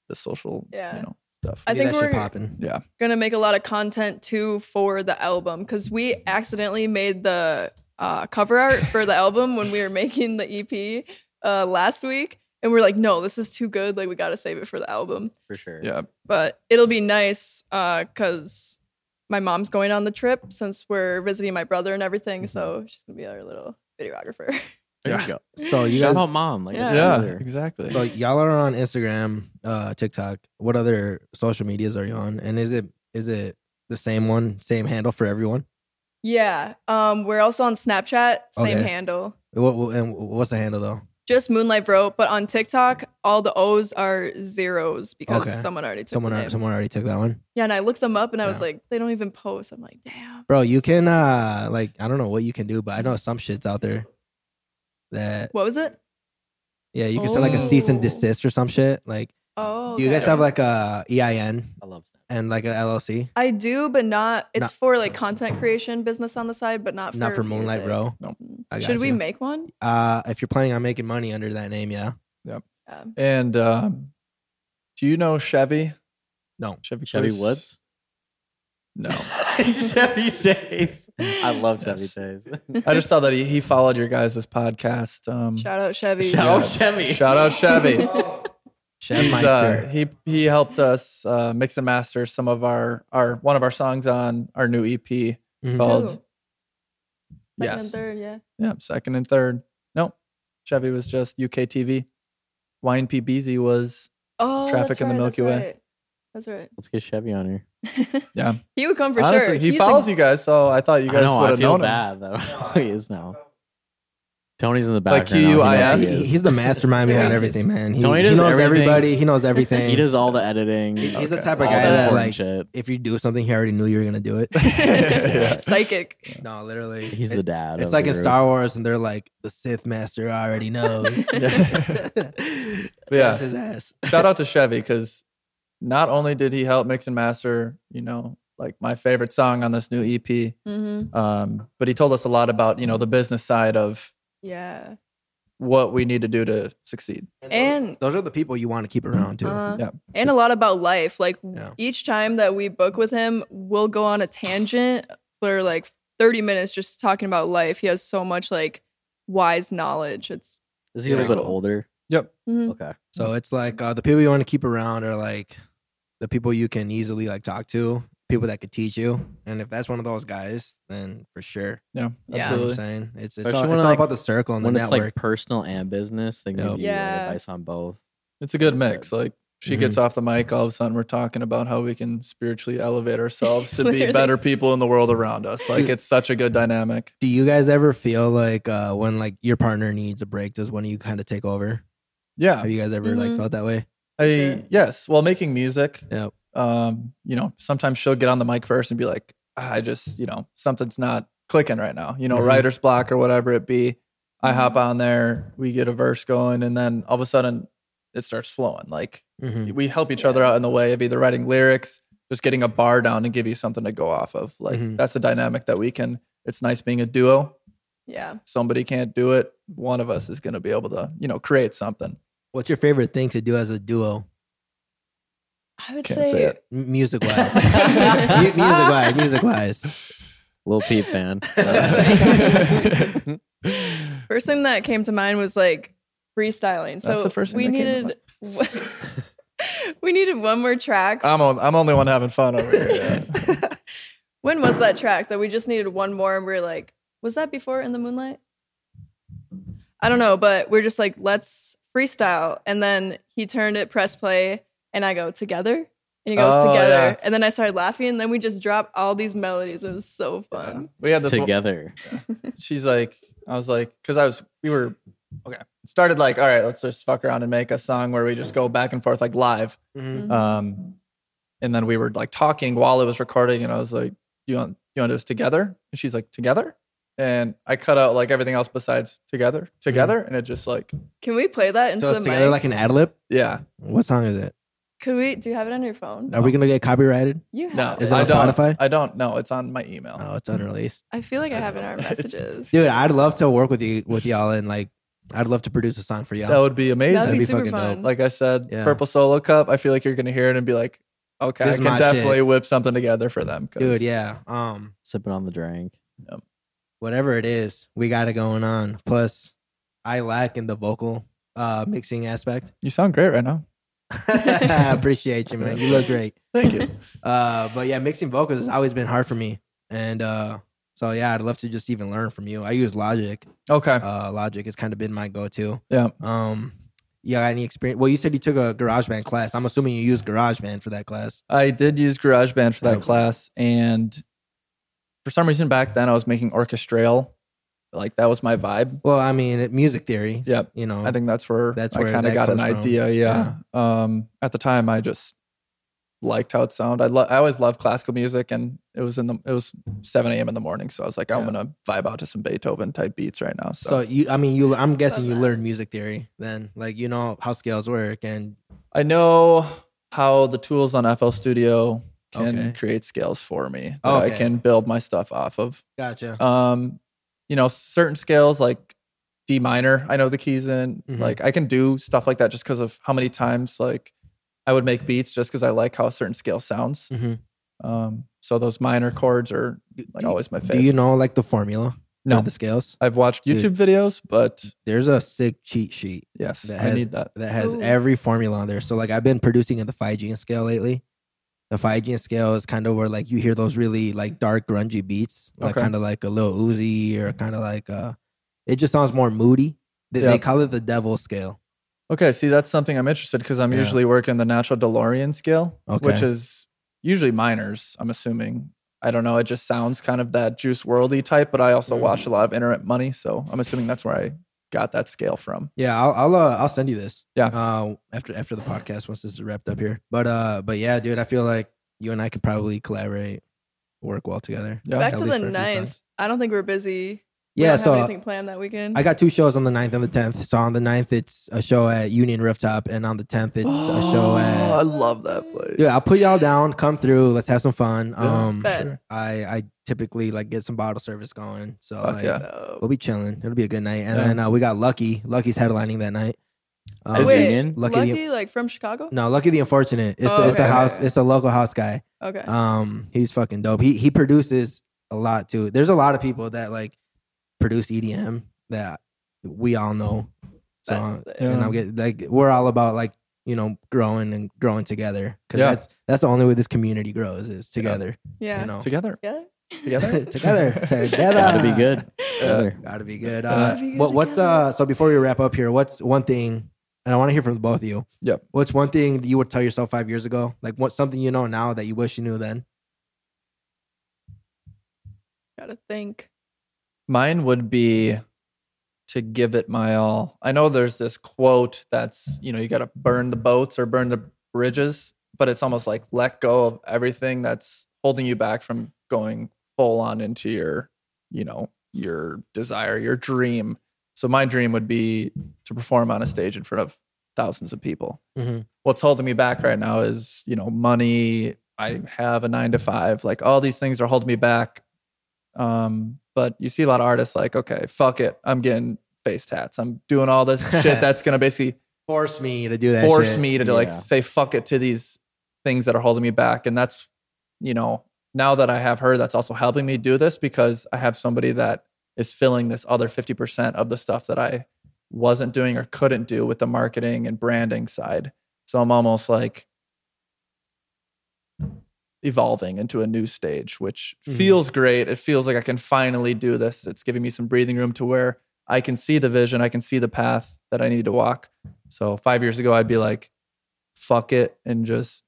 the social, Yeah. you know, stuff. I Get think that shit we're- popping. Yeah. Gonna make a lot of content too for the album because we accidentally made the uh, cover art for the album when we were making the EP uh, last week, and we're like, no, this is too good. Like we gotta save it for the album. For sure. Yeah. but it'll be nice because my mom's going on the trip since we're visiting my brother and everything. Mm-hmm. So she's gonna be our little videographer. There Yeah. Oh, you go. So you Shout guys out mom. Like I Yeah. said Yeah, earlier. exactly. So y'all are on Instagram, uh, TikTok. What other social medias are you on? And is it is it the same one, same handle for everyone? yeah, um, we're also on Snapchat, same Okay. handle, What, what and what's the handle though? just Moonlight Bro. But on TikTok, all the O's are zeros because Okay. someone already took Someone the al- name. someone already took that one, Yeah, and I looked them up and I was Yeah. like, they don't even post. I'm like, damn. bro. You can uh, like I don't know what you can do, but I know some shits out there that What was it? yeah, you can send like a cease and Oh. desist or some shit. Like, Oh, do you guys okay. have like a EIN I love Snapchat. and like an LLC? I do, but not. It's Not- for like content creation business on the side, but not for Not for Moonlight, music. bro. I Should got we you. make one? Uh, if you're planning on making money under that name, yeah. Yeah. And um, do you know Chevy? No. Chevy Chevy Chase? Woods. No. Chevy Chase. I love Chevy Yes. Chase. I just saw that he, he followed your guys' podcast. Um, shout, Shout out Chevy. Shout out out Chevy. out Chevy. Chef He's, Meister. uh, he he helped us uh, mix and master some of our, our one of our songs on our new EP Mm-hmm. Mhm. called Second and Yes. third, yeah. Yeah, second and third. No, Chevy was just UK TV. YNPBZ was Oh, Traffic that's in the right, Milky Way. That's right. Let's get Chevy on here. That's right. Yeah. he would come for honestly sure. he He's follows a, you guys, so I thought you I guys know. would I have feel known him. bad that I don't know who he is now. Tony's in the background. Q U I now. S? He- He knows who he is. he's the mastermind behind Yeah. everything, man. He, Tony he does knows everything. everybody. He knows everything. He does all the editing. He- He's the Okay. type of all guy the that important like shit. if you do something, he already knew you were gonna do it. Yeah. Psychic. no, literally, He's It- the dad. It's of like the in group. Star Wars, and they're like, the Sith Master already knows. That's his ass. Shout out to Chevy because not only did he help mix and master, you know, like my favorite song on this new EP, hmm um, but he told us a lot about you know the business side of Yeah. what we need to do to succeed. And- those, are the people you want to keep around too. Uh, Yeah. And a lot about life. Like Yeah. each time that we book with him, we'll go on a tangent for like 30 minutes just talking about life. He has so much like wise knowledge. It's Is he a little bit Yeah. older? Yep. Mhm. Okay. so it's like uh, the people you want to keep around are like the people you can easily like talk to, people that could teach you. And if that's one of those guys, then for sure. You Yeah. Yeah, know what absolutely. I'm saying it's it's, Especially all, when, it's all like, about the circle and the When it's network. like personal and business, they can Yep. give you Yeah. advice on both. It's a good Mm-hmm. That's mix. Like she Mhm. gets off the mic, all of a sudden we're talking about how we can spiritually elevate ourselves to be Literally. better people in the world around us. Like it's such a good dynamic. do you guys ever feel like uh, when like your partner needs a break, does one of you kind of take over? Yeah. Have you guys ever Mm-hmm. like Mhm. felt that way? I Sure. yes. Well, making music, Yep. um, you know, sometimes she'll get on the mic first and be like, "Ah, I just, you know, something's not clicking right now. You know, Mhm. writer's block or whatever it be. I Mhm. hop on there, we get a verse going, and then all of a sudden it starts flowing. Like Mhm. we help each other out in the way of either writing lyrics, just getting a bar down and give you something to go off of. Like Mhm. that's the dynamic that we can. It's nice being a duo. yeah. Somebody can't do it. One of us is going to be able to, you know, create something. What's your favorite thing to do as a duo, I would Can't say, say it. music wise? music wise, music wise. Little Peep fan. first thing that came to mind was like freestyling. So That's the first thing we that came to needed we needed one more track. I'm on, I'm only one having fun over here. yeah. when was that track that we just needed one more and we are like, was that before in the moonlight? I don't know, but we're just like, let's freestyle. And then he turned it, press play, and I go together. And he goes Oh, together. yeah. And then I started laughing, and then we just dropped all these melodies. It was so Yeah. fun. We had this. One, Together. she's like, I was like, because I was, we were, okay. It started like, all right, let's just fuck around and make a song where we just go back and forth like live. Mm. Mhm. Um, and then we were like talking while it was recording, and I was like, "You want you want to do this together?" And she's like, "Together." And I cut out like everything else besides "together," "together," and it just like, Can we play that into So it's the together mic? like an ad lib. yeah, What song is it? Could we? Do you have it on your phone? Oh. Are we gonna get copyrighted? You have. no, Is it I on don't. Spotify? I don't know. It's on my Oh. email. No, it's unreleased. I feel like I That's have it in our all right. messages. Dude, I'd love to work with you with y'all and like I'd love to produce a song for That y'all. would be amazing. That would that'd be, be super fucking dope. fun. Mm-hmm. like I said, Yeah. Purple Solo Cup. I feel like you're gonna hear it and be like, "Okay, This I is can my definitely shit. whip something together for them." 'cause Dude, yeah. Um, Sipping on the drink. whatever it is, we got it going on. Plus, I lack in the vocal uh mixing aspect. you sound great right now. I appreciate you, man. You look great. Thank you. Uh, but yeah, mixing vocals has always been hard for me. And uh so yeah, I'd love to just even learn from you. I use Logic. okay. Uh Logic has kind of been my go-to. Yeah. Um yeah, any experience? Well, you said you took a GarageBand class. I'm assuming you used GarageBand for that class. I did use GarageBand for that Okay. class, and for some reason back then I was making orchestral, like that was my vibe. Well, I mean, it- music theory. Yep, You know, I think that's where That's I where kind of that got an comes from. idea. Yeah. Um, at the time, I just liked how it sounded. I lo- I always loved classical music, and it was in the it was seven a.m. in the morning, so I was like, Yeah. I'm gonna vibe out to some Beethoven type beats right now. So, so. You, I mean, you. I'm guessing you that. learned music theory then, like you know how scales work, and I know how the tools on FL Studio can Okay. create scales for me that I Okay. can build my stuff off of. gotcha. um you know certain scales like d minor i know the keys in Mhm. like i can do stuff like that just because of how many times like i would make beats just because i like how a certain scale sounds Mhm. um so those minor chords are like do, always my do favorite you know like the formula? no for the scales. i've watched youtube videos but There's a sick cheat sheet yes That i has- need that that has Ooh. every formula on there. So like I've been producing in the Phrygian scale lately. The Phrygian scale is kind of where like you hear those really like dark grungy beats, like Okay. kind of like a little oozy or kind of like uh, it just sounds more moody. They, Yeah. they call it the devil scale. okay see that's something i'm interested because i'm Yeah. usually working the natural delorean scale which Okay. is usually minors i'm assuming I don't know. It just sounds kind of that Juice Worldy type, but I also Mhm. watch a lot of Internet Money, so I'm assuming that's where I got that scale from. Yeah, I'll I'll, uh, I'll send you this. Yeah. Uh, after after the podcast, once this is wrapped up here. But uh, but yeah, dude, I feel like you and I could probably collaborate, work well together. Yeah. Back At to least the for a few ninth. songs. I don't think we're busy. We Yeah. don't have So anything planned that weekend. I got two shows on the 9th and the tenth. So on the 9th, it's a show at Union Rooftop, and on the tenth, it's a show I at. love that place. Dude, I'll put y'all down. Come through. Let's have some fun. Yeah, Um, Bet. sure. I I typically like get some bottle service going. So Fuck like, yeah. So- we'll be chilling. It'll be a good night. And Yeah. then uh, we got Lucky. Lucky's headlining that night. Um, Is Wait. he in? Lucky, Lucky, the like from Chicago. no, Lucky the Unfortunate. It's, Oh, it's a okay. house. It's a local house guy. Okay. Um, he's fucking dope. He he produces a lot too. There's a lot of people that like produce EDM that we all know. So That's it. Yeah. and I'm getting like we're all about like you know growing and growing together because Yeah. that's that's the only way this community grows is together. yeah. You know, Together. Yeah. Together. together, together. Gotta be good. Yeah. Gotta be good. Uh, Uh, Gotta be good what, what's together. uh? So before we wrap up here, what's one thing, and I want to hear from both of you. Yep. What's one thing that you would tell yourself five years ago? Like what's something you know now that you wish you knew then? Gotta think. Mine would be to give it my all. I know there's this quote that's, you know, you got to burn the boats or burn the bridges, but it's almost like let go of everything that's holding you back from going full on into your, you know, your desire, your dream. So my dream would be to perform on a stage in front of thousands of people. Mhm. What's holding me back right now is, you know, money. I have a 9 to 5. Like all these things are holding me back. Um, but you see a lot of artists like, okay, fuck it. I'm getting face tats. I'm doing all this shit that's gonna basically Force me to do that. force shit. me to like Yeah. say fuck it to these things that are holding me back. And that's, you know, now that I have her, that's also helping me do this because I have somebody that is filling this other 50% of the stuff that I wasn't doing or couldn't do with the marketing and branding side. So I'm almost like evolving into a new stage, which Mhm. feels great. It feels like I can finally do this. It's giving me some breathing room to where I can see the vision, I can see the path that I need to walk. So five years ago, I'd be like, fuck it and just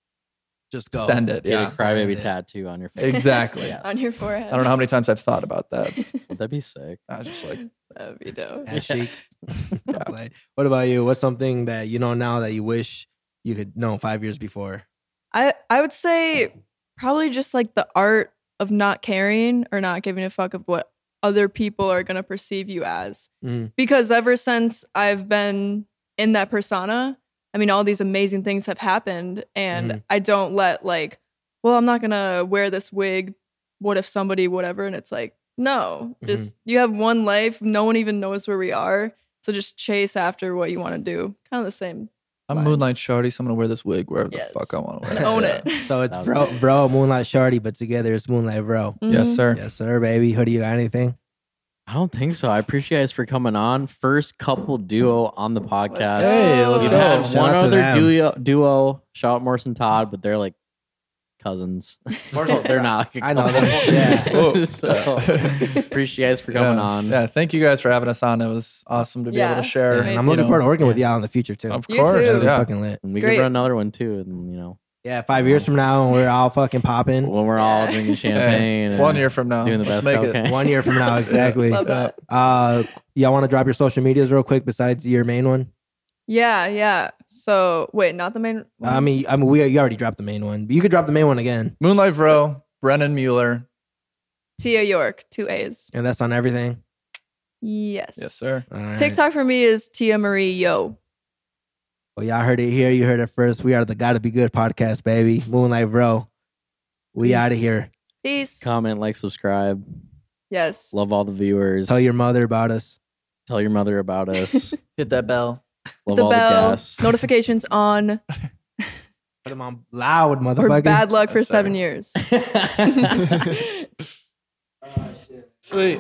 Just go. send it. Get Yeah. a crybaby tattoo on your face. Exactly. Yeah. On your forehead. I don't know how many times I've thought about that. Would that be sick? I was just like, That'd be dope. Ass shake. Like, What about you? What's something that you know now that you wish you could know five years before? I I would say Oh. probably just like the art of not caring or not giving a fuck of what other people are gonna perceive you as. Mm-hmm. Mhm. Because ever since I've been in that persona, I mean, all these amazing things have happened, and I don't let like, well, I'm not gonna wear this wig. What if somebody, whatever? And it's like, no, just you have one life. No one even knows where we are. So just chase after what you want to do. Kind of the same. I'm Lines. Moonlight Shorty, so I'm going to wear this wig wherever Yes. the fuck I want to wear And own Yeah. it. So it's That was bro, good. bro, moonlight shardy, but together it's moonlight bro. Yes, Mhm. sir. Yes, sir, baby. Hoodie, you got anything? I don't think so. I appreciate you guys for coming on. First couple duo on the go. podcast. Hey, let's We've go. had Shout one out to other them. duo, duo, shout out Morris and Todd, but they're like cousins. Well, they're not. Like a I know couple. them. Yeah. Whoa. so, appreciate you guys for coming yeah. on. Yeah, thank you guys for having us on. It was awesome to be Yeah. able to share. and Amazing. I'm looking you forward to know, working with y'all in the future too. Of You course. That'll too. be Yeah. fucking lit. And we Great. could run another one too, and you know, Yeah, five years from now, when we're all fucking popping. when we're all Yeah. drinking champagne, and One year from now. doing the Let's best. make it. okay. One year from now, exactly. Love that. Uh, y'all want to drop your social medias real quick besides your main one? Yeah, yeah. So wait, not the main. I mean, I mean, we you already dropped the main one, but you could drop the main one again, Moonlight Row, Brennan Mueller. Tia York, two A's. and that's on everything. Yes. Yes, sir. All right. TikTok for me is Tia Marie Yo. Well, y'all heard it here. You heard it first. We are the Gotta Be Good podcast, baby. Moonlight Bro. We Peace. out of here. Peace. Comment, like, subscribe. Yes. Love all the viewers. Tell your mother about us. tell your mother about us. Hit that bell. Love the all bell. the guests. Notifications on. Put them on loud, Or motherfucker. bad luck for That's seven years. Sweet.